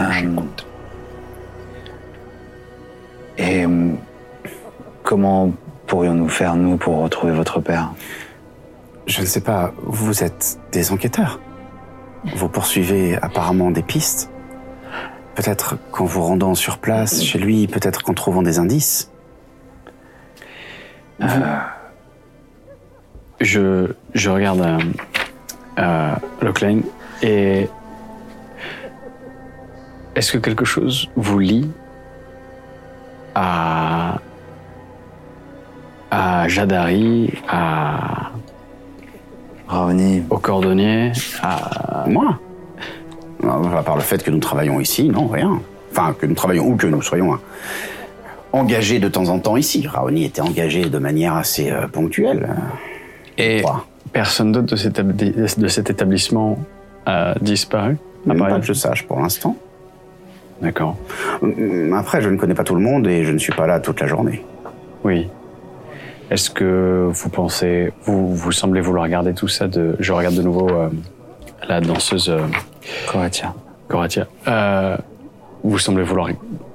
et euh, comment pourrions-nous faire, nous, pour retrouver votre père Je ne sais pas, vous êtes des enquêteurs. Vous poursuivez apparemment des pistes. Peut-être qu'en vous rendant sur place chez lui, peut-être qu'en trouvant des indices. Je, je regarde euh, euh, Lachlan et est-ce que quelque chose vous lie à à Jadari, à Ravni, au cordonnier, à moi À part le fait que nous travaillons ici, non, rien. Enfin, que nous travaillons ou que nous soyons hein, engagés de temps en temps ici. Raoni était engagé de manière assez euh, ponctuelle. Et personne d'autre de cet, établi- de cet établissement a disparu Même pas que je sache pour l'instant. Mm, D'accord. Après, je ne connais pas tout le monde et je ne suis pas là toute la journée. Oui. Est-ce que vous pensez, vous, vous semblez vouloir regarder tout ça de, je regarde de nouveau euh, la danseuse euh, Coratia. Coratia. Euh, vous semblez vouloir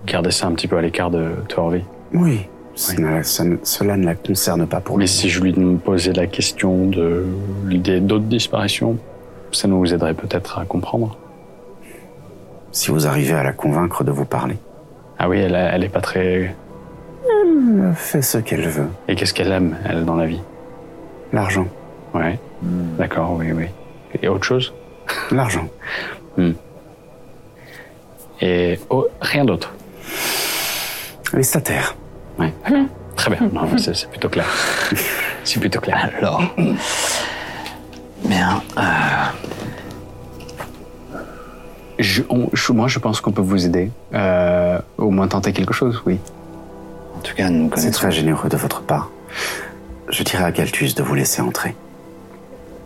garder ça un petit peu à l'écart de Torvi. Oui. Ça n'a- ça ne- cela ne la concerne pas pour Mais si je lui posais la question de l'idée d'autres disparitions, ça nous aiderait peut-être à comprendre. Si vous arrivez à la convaincre de vous parler. Ah oui, elle, a- elle est pas très. Elle fait ce qu'elle veut. Et qu'est-ce qu'elle aime, elle, dans la vie L'argent. Ouais. D'accord, oui, oui. Et autre chose L'argent. Hmm. Et oh, rien d'autre. Les stataires. Ouais. Très bien. *laughs* Non, mais c'est c'est plutôt clair. c'est plutôt clair. Alors. Bien. Je- on- je- moi, je pense qu'on peut vous aider. Euh, au moins tenter quelque chose, oui. En tout cas, nous C'est très généreux de votre part. Je dirai à Galtus de vous laisser entrer.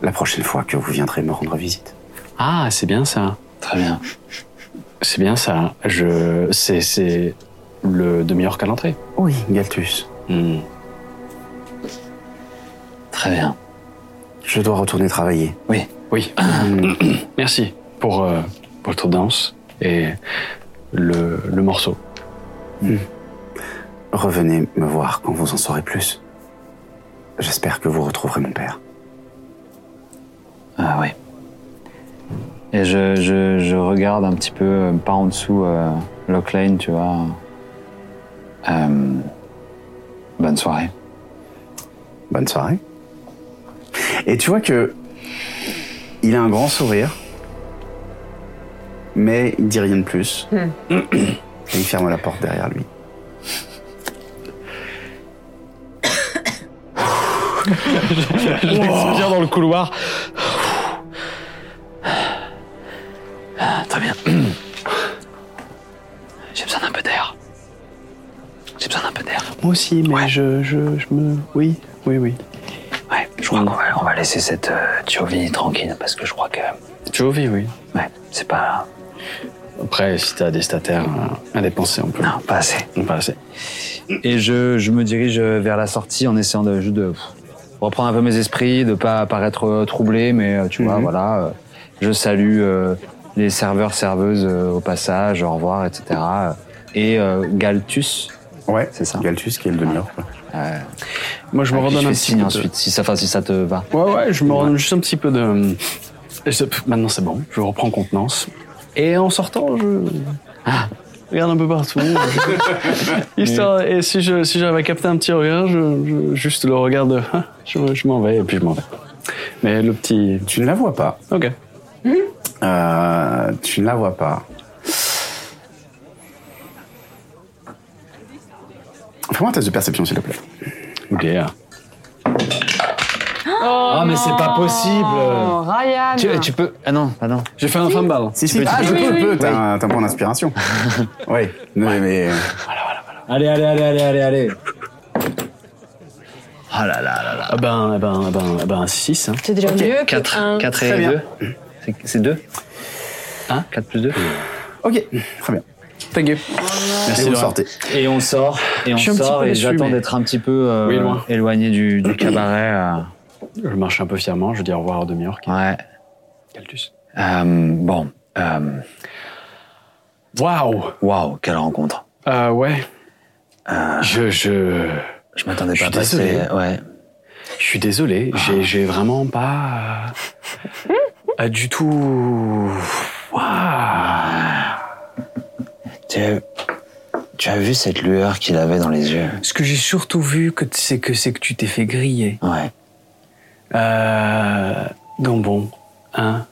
La prochaine fois que vous viendrez me rendre visite. Ah, c'est bien ça. Très bien. C'est bien ça. Je, c'est, c'est le demi-heure qu'à l'entrée. Oui, Galtus. Hmm. Très bien. Je dois retourner travailler. Oui. *coughs* Oui. Merci pour euh, votre danse et le, le morceau. Revenez me voir quand vous en saurez plus. J'espère que vous retrouverez mon père. Ah oui. Et je, je, je regarde un petit peu, euh, par en dessous, euh, Lock Lane, tu vois. Euh, bonne soirée. Bonne soirée. Et tu vois que il a un grand sourire, mais il dit rien de plus. Et il ferme la porte derrière lui. je m'expire dans le couloir. Ah, très bien. *coughs* J'ai besoin d'un peu d'air. J'ai besoin d'un peu d'air. Moi aussi, mais je, je, je me. Oui, oui, oui. Ouais, je crois qu'on va, on va laisser cette euh, Tiovi tranquille parce que je crois que. Jovi, oui. Ouais, c'est pas. Après, si t'as des statères euh, à dépenser, on peut. Non, pas assez. Pas assez. Et je, je me dirige vers la sortie en essayant de, juste de pff, reprendre un peu mes esprits, de pas paraître euh, troublé, mais euh, tu vois, Mhm. voilà. euh, je salue euh, les serveurs, serveuses euh, au passage, au revoir, etc. Et euh, Galtus. Ouais, c'est ça. Galtus qui est le demi-heure. Moi, je me redonne un petit signe peu de- ensuite, si ça, enfin, si ça te va. Ouais, ouais, je me rends juste un petit peu de, euh, Et c'est- pff, Maintenant, c'est bon. Je reprends contenance. Et en sortant, je. Ah, regarde un peu partout. Histoire- et si je- si j'avais capté un petit regard, je, je- juste le regard de. Ah, je je m'en vais, et puis je m'en vais. Mais le petit. Tu ne la vois pas. Ok. Euh, tu ne la vois pas. Fais-moi un test de perception, s'il te plaît. Ok. Oh, Ah, mais c'est pas possible Ryan tu, tu peux. Ah non, ah non. J'ai fait un fan ball. Si, si, ah, je peux, peux, t'as un, t'as un point d'inspiration. *laughs* oui, mais. mais- euh, Allez, allez, allez, allez, allez, allez. Ah là là là là. Ah ben, ah ben, ah ben, ah ben 6. Hein. C'est déjà mieux que 4, un. 4 Très et bien. 2. C'est 2 Hein? 1, 4 plus 2. Ok, très bien. Thank you. Et vous Laurent. sortez. Et on sort, et on Je suis un petit sort, peu et déçu, j'attends mais- d'être un petit peu euh, Oui, loin. éloigné du, du cabaret. euh. Je marche un peu fièrement, je dis au revoir à demi-heure. Ouais. Caltus. Euh, bon. euh, Waouh Waouh, quelle rencontre. Euh, ouais. je. Je, je m'attendais Je pas à suis passer. désolé. Ouais. Je suis désolé, j'ai- j'ai vraiment pas. euh, euh, du tout. Waouh Tu as, tu as vu cette lueur qu'il avait dans les yeux Ce que j'ai surtout vu, que t- c'est que, c'est que tu t'es fait griller. Ouais. Euh, Gambon, hein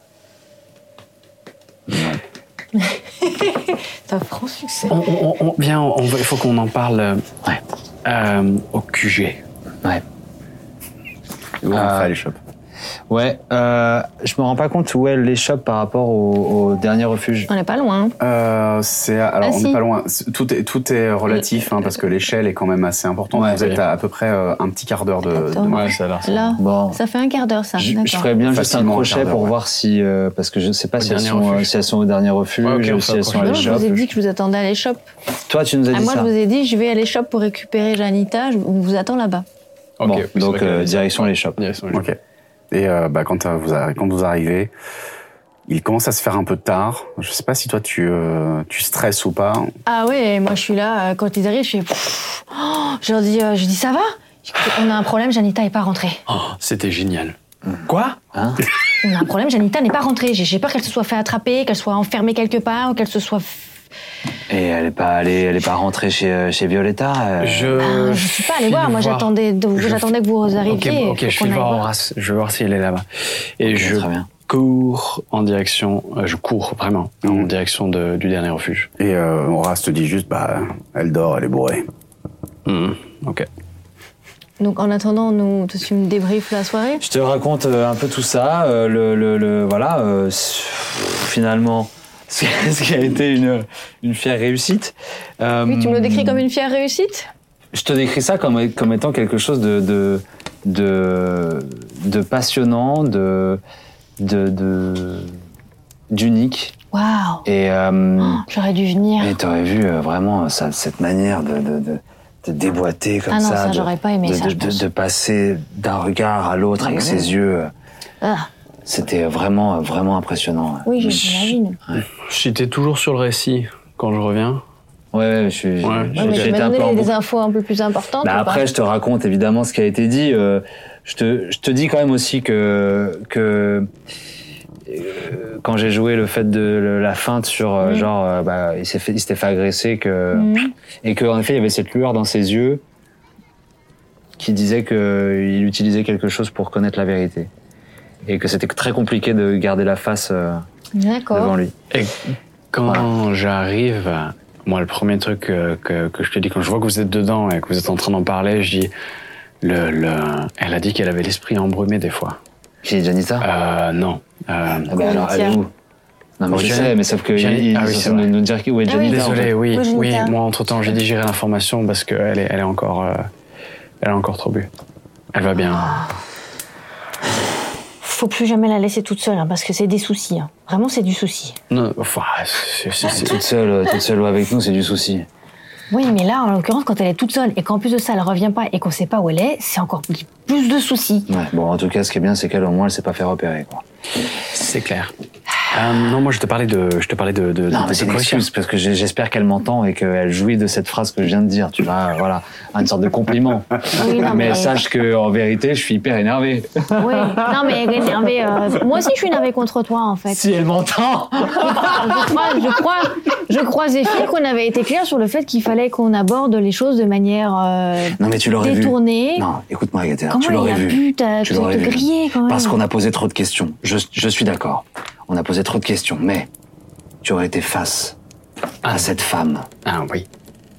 T'as un franc succès. on, on- on- Viens, on- on va- il faut qu'on en parle euh, euh, au QG. Ouais. Où Euh, Ouais, euh, je me rends pas compte où est l'échoppe par rapport au, au dernier refuge. On n'est pas loin. hein. Euh, c'est alors Ah, on n'est si. pas loin. C'est- Tout est tout est relatif hein, parce que l'échelle est quand même assez importante. Ouais, Vous êtes à, à peu près euh, un petit quart d'heure de. Attends. de- Ouais, ça a Là, Bon. ça fait un quart d'heure, ça. Je, je Ah, D'accord. ferais bien juste un Facilement un quart crochet d'heure, pour ouais. voir si. euh, parce que je sais pas Au si elles, dernier sont, euh, refuge. si elles sont au dernier refuge, Ouais, ok, ou on fait si un elles sont à Non, Ah, je l'échoppe. vous ai dit que je vous attendais à l'échoppe. Toi, tu nous as Ah, dit moi, ça. je vous ai dit, je vais à l'échoppe pour récupérer Janita. Je- On vous attend là-bas. Ok, Bon, oui, c'est vrai donc qu'elle euh, a dit ça. direction l'échoppe. Direction les shops. Ok. Et euh, bah, quand, euh, vous arri- quand vous arrivez, il commence à se faire un peu tard. Je sais pas si toi tu euh, tu stresses ou pas. Ah ouais, moi, je suis là. euh, Quand ils arrivent, je fais. pfff. Oh, je leur dis, euh, je dis, ça va Écoutez, On a un problème, Janita n'est pas rentrée. Oh, c'était génial. Quoi On a un problème, Janita n'est pas rentrée. J'ai j'ai peur qu'elle se soit fait attraper, qu'elle soit enfermée quelque part, ou qu'elle se soit. Et elle est pas allée, elle est pas rentrée chez, euh, chez Violetta. euh, Ah, Je. je suis pas allée voir. file Moi, voir. j'attendais de- Je- j'attendais que vous Ok, arriviez. ok, je Faut qu'on vais aille voir voir. Horace. Je vais voir s'il est là-bas. Et je très bien. cours en direction. euh, je cours vraiment en direction de- du dernier refuge. Et euh, Horace te dit juste bah elle dort, elle est bourrée. Mhm, Ok. Donc, en attendant, nous, tu me débriefes la soirée Je te raconte euh, un peu tout ça. euh, le, le- le- voilà, euh, s- finalement, *laughs* ce ce qui a été une, une fière réussite. Euh, Oui, tu me le décris comme une fière réussite Je te décris ça comme, comme étant quelque chose de, de, de, de passionnant, de, de, de- d'unique. Waouh Et, euh, J'aurais dû venir. et t'aurais vu euh, vraiment ça, cette manière de, de, de, de déboîter comme Ah non, ça, de- j'aurais pas aimé de, ça, de- je de- pense. de passer d'un regard à l'autre avec ses yeux. euh, Ah, C'était vraiment, euh, vraiment impressionnant. oui, je- j'imagine. J'étais toujours sur le récit quand je reviens. Ouais, ouais, je suis. Ouais, je- Ouais, mais tu j'étais m'as un peu en donné des boucle. infos un peu plus importantes. Bah ou pas après, je te raconte évidemment ce qui a été dit. euh, je, te, je te dis quand même aussi que. que euh, quand j'ai joué le fait de le- la feinte sur Mm. euh, genre euh, bah, il s'est fait, il s'était fait agresser que et que en effet il y avait cette lueur dans ses yeux qui disait que il utilisait quelque chose pour connaître la vérité et que c'était très compliqué de garder la face euh, devant D'accord. lui. Et quand j'arrive, moi, le premier truc euh, que, que je te dis, quand je vois que vous êtes dedans et que vous êtes en train d'en parler, je dis. Le, le... Elle a dit qu'elle avait l'esprit embrumé des fois. Qui est Janita Euh, non. Euh, Ah bah alors, elle est où Non, mais Oh, je Jan- sais, mais sauf que Jan- il- il ah oui, est c'est en train de vrai. nous dire qui- où est Ah oui. Janita. en Désolé, fait. oui. Oui, j'ai Oui, noté. moi, entre-temps, j'ai digéré l'information parce qu'elle est, elle est encore... euh, elle a encore trop bu. Elle va bien. Ah. Faut plus jamais la laisser toute seule, hein, parce que c'est des soucis. hein. Vraiment, c'est du souci. Non, enfin, c'est- c'est- c'est- Toute seule, euh, toute seule ou avec nous, c'est du souci. Oui, mais là, en l'occurrence, quand elle est toute seule et qu'en plus de ça, elle revient pas et qu'on sait pas où elle est, c'est encore plus- plus de soucis. *laughs* Ah. Ouais. Bon, en tout cas, ce qui est bien, c'est qu'elle, au moins, elle s'est pas fait repérer. Quoi. c'est clair. Euh, non, moi je te parlais de, je te parlais de. de Non, de- mais de c'est hein. une Croatia. excuse, parce que j'ai- j'espère qu'elle m'entend et qu'elle jouit de cette phrase que je viens de dire, tu vois, voilà, une sorte de compliment. Oui, non, mais, mais- sache que en vérité, je suis hyper énervé. Oui, non mais énervé. euh, moi aussi je suis énervé contre toi en fait. *laughs* Si elle m'entend. je crois, je crois, je crois Zéphir qu'on avait été clair sur le fait qu'il fallait qu'on aborde les choses de manière euh, Non, mais tu l'aurais vu. détournée. Non, écoute-moi, Agatha, Comment Ah, tu l'aurais il a vu. pu t'a- Tu te- l'aurais te vu. griller, quand même. Parce qu'on a posé trop de questions. Je, je suis d'accord. On a posé trop de questions, mais tu aurais été face à cette femme. Ah oui.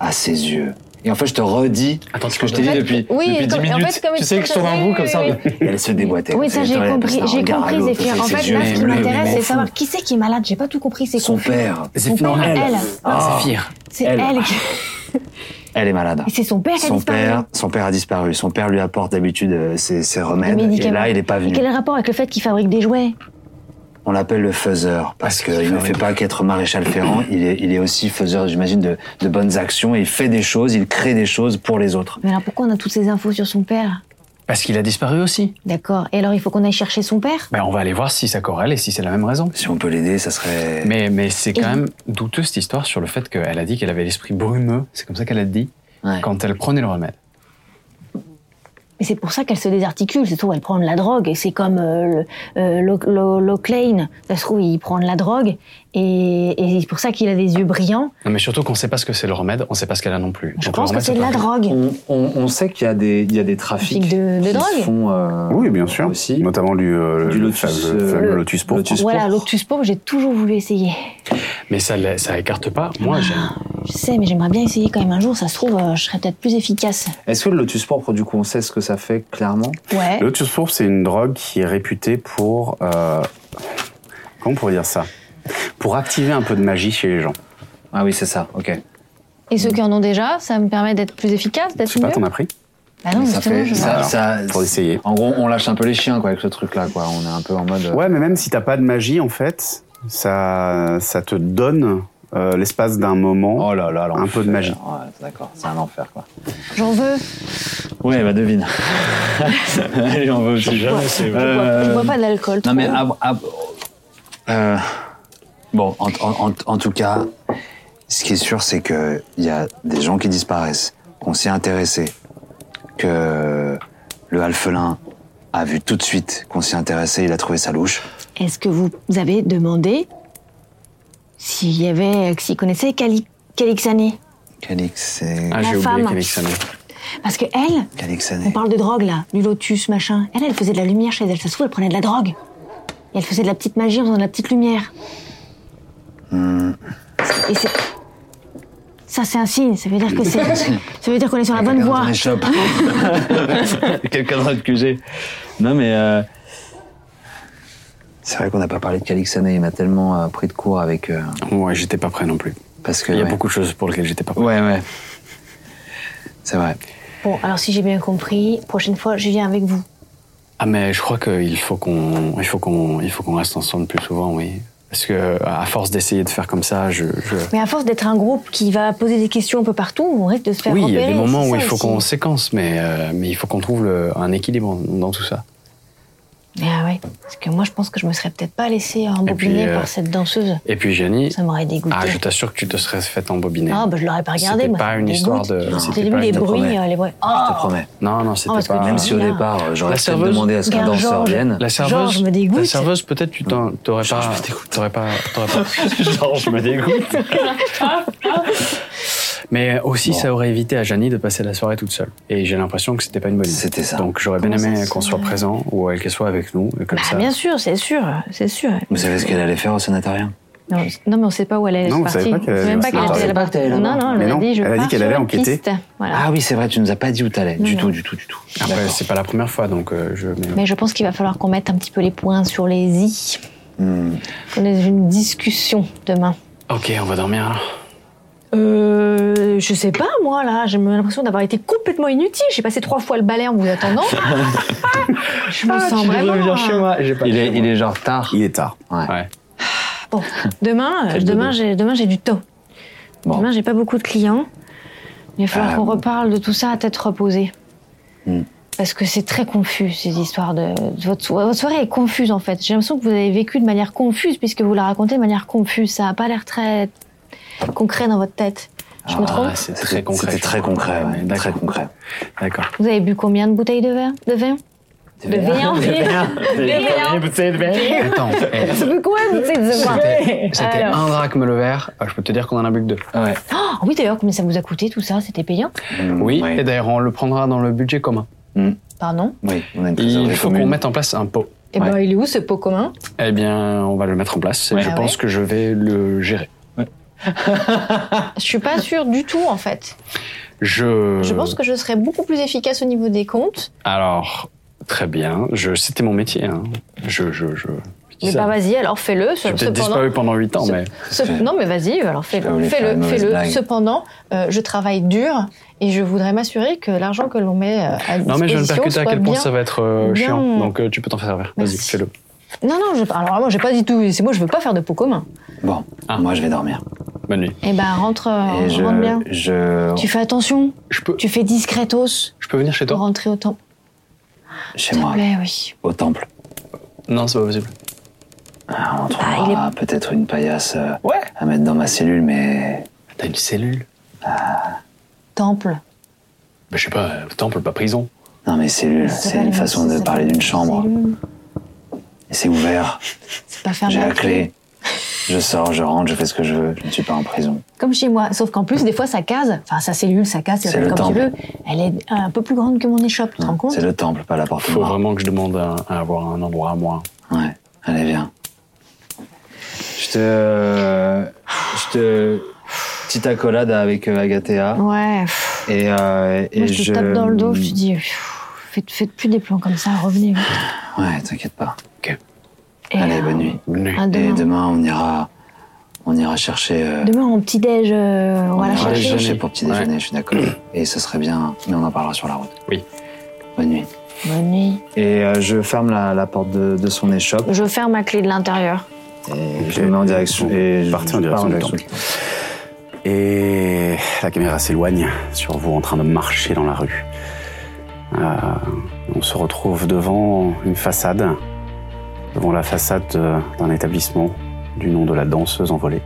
À ses yeux. Et en fait, je te redis ce que je t'ai dit attends. depuis, Oui, depuis et 10 comme- et en minutes. fait, comme- tu sais que je tourne un oui, bout oui, comme ça. oui, Et elle se déboîtait. Oui, ça j'ai compris, j'ai compris Zéphyr. En fait, là, ce qui m'intéresse, c'est savoir qui c'est qui est malade. J'ai pas tout compris, c'est Son confus. père. Son père, elle. Ah. C'est elle. qui- Elle est malade. Et c'est son père qui a Son disparu. père, son père a disparu. Son père lui apporte d'habitude euh, ses, ses remèdes. Les Et médicaments. là, il n'est pas Et venu. quel est le rapport avec le fait qu'il fabrique des jouets On l'appelle le faiseur Ah, parce qu'il ne fait pas qu'être maréchal ferrant. Il est, il est aussi faiseur, j'imagine, de, de bonnes actions. Il fait des choses, il crée des choses pour les autres. Mais alors pourquoi on a toutes ces infos sur son père Parce qu'il a disparu aussi. D'accord. Et alors il faut qu'on aille chercher son père Ben, on va aller voir si ça corrèle et si c'est la même raison. Si on peut l'aider, ça serait. Mais, mais c'est quand Et- même douteux cette histoire sur le fait qu'elle a dit qu'elle avait l'esprit brumeux, c'est comme ça qu'elle a dit, quand elle prenait le remède. Mais c'est pour ça qu'elle se désarticule, c'est tout, elle prend de la drogue, et c'est comme euh, le- euh, Lo- Lo- Loclane, ça se trouve, il prend de la drogue, et, et c'est pour ça qu'il a des yeux brillants. Non, mais surtout qu'on ne sait pas ce que c'est le remède, on ne sait pas ce qu'elle a non plus. Je pense que c'est de la drogue. On, on sait qu'il y a des, il y a des trafics Trafic de- de qui se drogue. font. euh, Oui, bien sûr. Notamment du, euh, le fameux- euh, fameux lotus pourpre. voilà, l'Octus Pauvre, j'ai toujours voulu essayer. Mais ça ne ça écarte pas. Moi, j'aime. Je sais, mais j'aimerais bien essayer quand même un jour, ça se trouve, euh, je serais peut-être plus efficace. Est-ce que le lotus pourpre, du coup, on sait ce que ça fait clairement Ouais. Euh. Le lotus pourpre, c'est une drogue qui est réputée pour. euh, Comment on pourrait dire ça Pour activer un peu de magie chez les gens. Ah oui, c'est ça, ok. Et ceux qui en ont déjà, ça me permet d'être plus efficace, d'être Je sais pas, mieux t'en as pris Bah non, ça justement, fait. je- Ça, ça- Pour essayer. En gros, on lâche un peu les chiens quoi, avec ce truc-là. quoi. On est un peu en mode. euh, Ouais, mais même si t'as pas de magie, en fait, ça, ça te donne euh, l'espace d'un moment un peu de magie. Ouais, d'accord, c'est un enfer quoi. J'en veux. Ouais, *laughs* bah devine. Allez, on veut aussi jamais. c'est- Je bois- Euh, Je bois pas d'alcool. Non trop. mais ab- ab- euh, bon, en, en- en- en tout cas, ce qui est sûr, c'est que il y a des gens qui disparaissent, qu'on s'y est intéressé, que le alphelin a vu tout de suite qu'on s'y intéressait, il a trouvé sa louche. Est-ce que vous avez demandé s'il y avait, s'il connaissait Cali- Calixané Calix, c'est Ah, j'ai La oublié femme. Calixané. Parce que elle, Calixané. on parle de drogue là, du lotus, machin. Elle, elle faisait de la lumière chez elle. Ça se trouve, elle prenait de la drogue. Et elle faisait de la petite magie en faisant de la petite lumière. Hmm. Et c'est. Ça, c'est un signe. Ça veut dire que *laughs* c'est. Ça veut dire qu'on est sur la bonne Quelqu'un voie. dans *laughs* les shops. Quelqu'un dans notre QG. Non, mais. euh, c'est vrai qu'on n'a pas parlé de Calixané. Il m'a tellement euh, pris de cours avec. euh, Ouais, j'étais pas prêt non plus. parce que. Il y a ouais. beaucoup de choses pour lesquelles j'étais pas prêt. Ouais, ouais. C'est vrai. Bon, alors si j'ai bien compris, prochaine fois, je viens avec vous. Ah, mais je crois qu'il faut qu'on il faut qu'on il faut qu'on reste ensemble plus souvent, oui. Parce que à force d'essayer de faire comme ça, je, je... Mais à force d'être un groupe qui va poser des questions un peu partout, on risque de se faire oui, il y a repérer, des moments c'est où ça il faut aussi. qu'on séquence, mais euh, mais il faut qu'on trouve le- un équilibre dans tout ça. Ah ouais, parce que moi je pense que je me serais peut-être pas laissée embobiner Et puis, euh, par cette danseuse. Et puis Jenny, Ça m'aurait dégoûté. ah, je t'assure que tu te serais fait embobiner. Ah bah je l'aurais pas regardé. C'était moi, pas ça me une histoire dégoûte. de- Non, c'était C'était lui pas- les je te bruits, promets. euh, les bruits. Oh promets. Non, non, c'était parce que pas. tu hein. Même si au là. départ, euh, j'aurais La peut-être serveuse- demandé à ce que le Regarde, danseur Georges. vienne. La Georges serveuse, me dégoûte. la serveuse, peut-être tu t'en- t'aurais pas, t'aurais pas, t'aurais pas. Georges me dégoûte. Mais aussi, ça aurait évité à Janie de passer la soirée toute seule. Et j'ai l'impression que c'était pas une bonne idée. C'était ça. Donc j'aurais bien Comment aimé ça se qu'on soit fait présent ou euh, qu'elle soit avec nous, et comme Bah, ça. bien sûr, c'est sûr, c'est sûr. Vous savez ce qu'elle allait faire au sénatariat Non, je- non, mais on sait pas où elle est. Non, c'est vous savez pas parti. qu'elle On sait allait même au pas qu'elle sénatariat. était là-bas. Ah, elle Non, non, Mais elle m'a non, dit je elle a dit pars qu'elle sur allait la enquêter. piste. Voilà. Ah oui, c'est vrai, tu nous as pas dit où t'allais. Du Non. tout, du tout, du tout. Après, D'accord. c'est pas la première fois, donc euh, je. mais- Mais je pense qu'il va falloir qu'on mette un petit peu les points sur les i. Hmm. On est dans une discussion demain. Ok, on va dormir alors. Euh, je sais pas, moi, là, j'ai l'impression d'avoir été complètement inutile. J'ai passé trois fois le balai en vous *laughs* attendant. je me sens vraiment. Il est, il est genre tard. Il est tard. Ouais. Bon, demain, euh, demain, j'ai, demain, j'ai du temps. Bon. Demain, j'ai pas beaucoup de clients. Il va falloir Euh, qu'on reparle de tout ça à tête reposée. Hmm. parce que c'est très confus ces histoires de votre, so- votre soirée est confuse en fait. J'ai l'impression que vous avez vécu de manière confuse puisque vous la racontez de manière confuse. Ça a pas l'air très concret dans votre tête. Je Ah me trompe Ah, C'est très concret. C'était très concret, très concret. D'accord. Vous avez bu combien de bouteilles de verre De vin De *laughs* vin. Attends, eh, *laughs* C'était Alors. un drachme le verre. Ah, Je peux te dire qu'on en a bu que deux. Ouais. Ah oui d'ailleurs combien ça vous a coûté tout ça C'était payant Hmm, Oui, et d'ailleurs, on le prendra dans le budget commun. Pardon Oui, Il faut qu'on mette en place un pot. Et ben, il est où ce pot commun Eh bien, on va le mettre en place et Ouais. je Ah pense ouais que je vais le gérer. Je suis pas sûre du tout en fait. Je. Je pense que je serais beaucoup plus efficace au niveau des comptes. Alors, très bien. Je... C'était mon métier. hein. Je. je, je... je dis Mais ça. bah, Vas-y alors fais-le. J'ai peut-être disparu Ah pendant 8 ans, Ce- mais. ce- non, mais vas-y, alors J'ai pas fais-le, voulu faire une fais-le, mauvaise fais-le. blague. Ce- Cependant, euh, je travaille dur et je voudrais m'assurer que l'argent que l'on met euh, à disposition Non, mais je viens de percuter à soit quel point bien- ça va être euh, bien- chiant. Donc, euh, tu peux t'en faire servir. Vas-y, fais-le. Non, non, je... alors moi, j'ai pas du tout. C'est moi, je veux pas faire de pot commun. Bon, Ah. moi je vais dormir. Bonne nuit. Eh ben, rentre, euh, Et je, rentre bien. je, Tu fais attention. Tu fais discretos. Je peux venir chez toi Pour rentrer au temple. Chez moi. plaît, oui. au temple. Non, c'est pas possible. Ah, on trouvera peut-être une paillasse euh, à mettre dans ma cellule, mais. T'as une cellule Temple. Bah, je sais pas, euh, temple, pas prison. Non, mais cellule, Ça c'est va, une mais façon ça de parler d'une chambre. Et c'est ouvert, C'est pas fermé. j'ai la clé. Je sors, je rentre, je fais ce que je veux, je ne suis pas en prison. Comme chez moi. Sauf qu'en plus, des fois, sa case, enfin, sa cellule, sa case, C'est c'est le comme tu veux. temple. Elle est un peu plus grande que mon échoppe, tu te rends compte C'est le temple, pas l'appartement. Faut vraiment que je demande à, à avoir un endroit à moi. Ouais, allez, viens. Je te. euh, je te. Petite accolade avec euh, Agathea. Ouais. Et, euh, et Moi, je te tape dans le dos, je te dis, pff, faites, faites plus des plans comme ça, revenez. Ouais, t'inquiète pas. Ok. Et allez, bonne nuit. Ah. À Et demain. demain, on ira, on ira chercher. euh, Demain, en petit-déj, euh, on va la ira chercher. chercher pour petit déjeuner, je suis d'accord. Et ce serait bien, mais on en parlera sur la route. Oui. Bonne nuit. Bonne nuit. Et euh, je ferme la, la porte de, de son échoppe. Je ferme ma clé de l'intérieur. Et je me mets en direction. Et je Parti en je pars direction du temple. Et la caméra s'éloigne sur vous en train de marcher dans la rue. Euh, on se retrouve devant une façade, devant la façade euh, d'un établissement du nom de la danseuse envolée.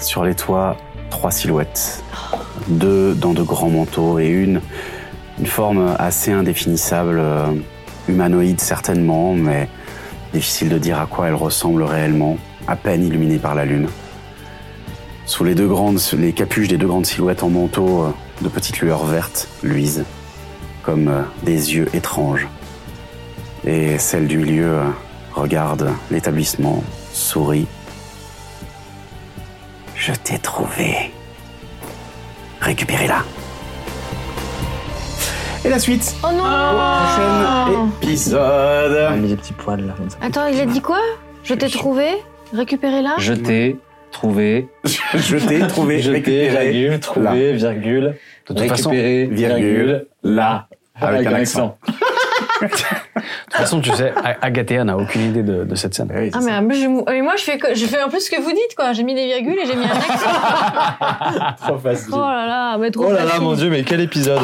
Sur les toits, trois silhouettes. Deux dans de grands manteaux et une, une forme assez indéfinissable, euh, humanoïde certainement, mais difficile de dire à quoi elle ressemble réellement, à peine illuminée par la lune. Sous les deux grandes, les capuches des deux grandes silhouettes en manteau, euh, de petites lueurs vertes luisent, comme euh, des yeux étranges. Et celle du milieu euh, regarde l'établissement, sourit. Je t'ai trouvé. Récupérez-la. Et la suite Oh non Oh. Épisode. mis des petits poils là, comme ça. Attends, il a dit quoi Je t'ai trouvé Récupérez-la Je t'ai trouvé. Je t'ai trouvé. Je t'ai, récupéré, virgule, trouvé, virgule. De toute façon, récupéré, virgule, là. Avec un accent. De toute façon, tu sais, A- Agathea n'a aucune idée de, de cette Eh scène. Ah, mais en plus, je mou- et moi, je fais, que- je fais un peu ce que vous dites, quoi. J'ai mis des virgules et j'ai mis un accent. *laughs* Trop facile. oh là là, mais trop Oh là là, facile. mon dieu, mais quel épisode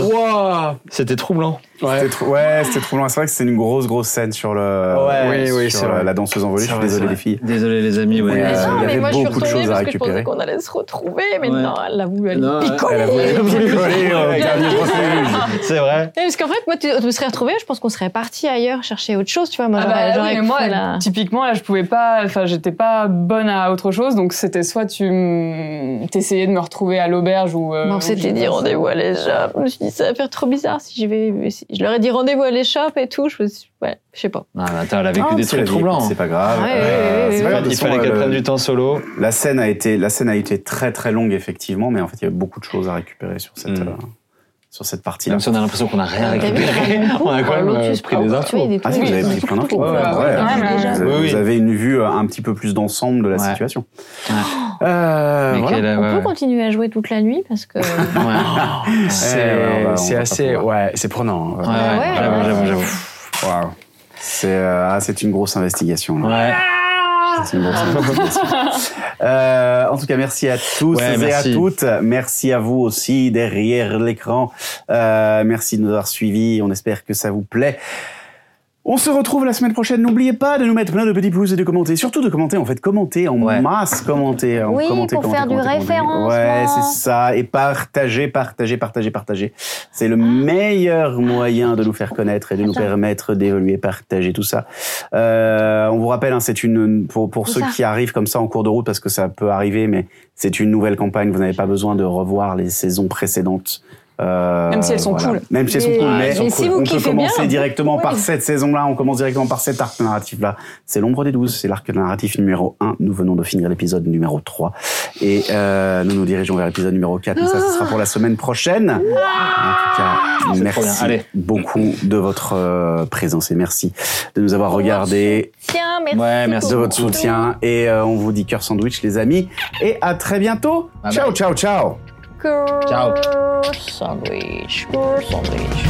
C'était troublant. C'était trou- ouais, c'était troublant. C'est vrai que c'est une grosse, grosse scène sur le. Ouais. Oui, oui, sur c'est vrai. la danseuse envolée. Je C'est suis vrai, c'est désolé, les vrai. *laughs* filles. Désolé les amis, ouais. Ah, Mais, Mais non, il y mais avait moi, je suis beaucoup de retournée choses à parce que je récupérer. pensais qu'on allait se retrouver, mais Ouais. non, elle a voulu aller Non, elle- picoler. elle a voulu picoler au dernier refuge. C'est vrai. Eh, Parce qu'en fait, moi, tu tu me serais retrouvée, je pense qu'on serait parti ailleurs chercher autre chose, tu vois. Moi, Ah j'aurais- bah oui, j'aurais mais cru, moi, là. typiquement, là, je pouvais pas, enfin, j'étais pas bonne à autre chose, donc c'était soit tu m- t'essayais de me retrouver à l'auberge ou. euh, Bon, ou c'était je- dit rendez-vous à l'échoppe. Je me suis dit, ça va faire trop bizarre si je vais. si- Je leur ai dit rendez-vous à l'échoppe et tout. Je me suis ouais, je sais pas. Non, mais attends, elle a vécu Ah, des c'est trucs la vie, troublants. écoute, C'est pas grave. Ah ouais, Euh, ouais, ouais, c'est ouais, pas ouais. grave, de Il toute façon, fallait qu'elle euh, prenne du temps solo. La scène a été, la scène a été très, très longue effectivement, mais en fait, il y a beaucoup de choses à récupérer sur cette, Mm. euh, sur cette partie-là. Même si on a l'impression qu'on a rien T'as vu, *laughs* elle récupéré, raconte beaucoup, on a quand quoi. même L'autre, euh, tu te pris prends des pour infos. tuer des Ah si, vous trucs. avez Ouais, pris tu plein d'infos. trouves. Ouais, Ouais, ouais, ouais, vous déjà. avez- Oui, oui. Vous avez une vue euh, un petit peu plus d'ensemble de la situation. Euh, Mais voilà. qu'elle a- On ouais, peut ouais. continuer à jouer toute la nuit parce que. euh, Ouais. C'est Eh, ouais, on va- on c'est va pas assez. pouvoir. Ouais, c'est prenant. hein. Ouais, ouais, ouais, j'avoue, j'avoue, ouais. j'avoue. Waouh. C'est euh, ah, c'est une grosse investigation. là. Ouais. C'est bon, c'est bon, *laughs* c'est bon, c'est bon. Euh, en tout cas, merci à tous Ouais, et merci. à toutes. Merci à vous aussi derrière l'écran. Euh, merci de nous avoir suivis. On espère que ça vous plaît. On se retrouve la semaine prochaine. N'oubliez pas de nous mettre plein de petits pouces et de commenter. Surtout de commenter, en fait, commenter en masse, commenter. en- Oui, commenter, pour commenter, faire du commenter, commenter. référencement. Ouais, c'est ça. Et partager, partager, partager, partager. C'est le meilleur moyen de nous faire connaître et de nous Ah. Attends. permettre d'évoluer, partager tout ça. Euh, on vous rappelle, hein, c'est une pour pour C'est ceux ça. qui arrivent comme ça en cours de route parce que ça peut arriver, mais c'est une nouvelle campagne. Vous n'avez pas besoin de revoir les saisons précédentes. Euh, Même si elles sont cool. Même si elles sont Mais- cool, Ouais, mais elles sont on cool. si vous peut kiffez commencer bien, directement par ouais. cette saison-là, on commence directement par cet arc narratif-là. C'est l'ombre des douze, c'est l'arc narratif numéro 1. Nous venons de finir l'épisode numéro 3. Et euh, nous nous dirigeons vers l'épisode numéro 4, mais ça, ce sera pour la semaine prochaine. En tout cas, Ah, C'est trop bien, merci allez. beaucoup de votre euh, présence et merci de nous avoir regardés. Tiens, merci. de beaucoup. votre soutien et euh, on vous dit cœur sandwich les amis et à très bientôt. Ah, bah Ciao ciao ciao. Ciao. *laughs* Sandwich. Sandwich.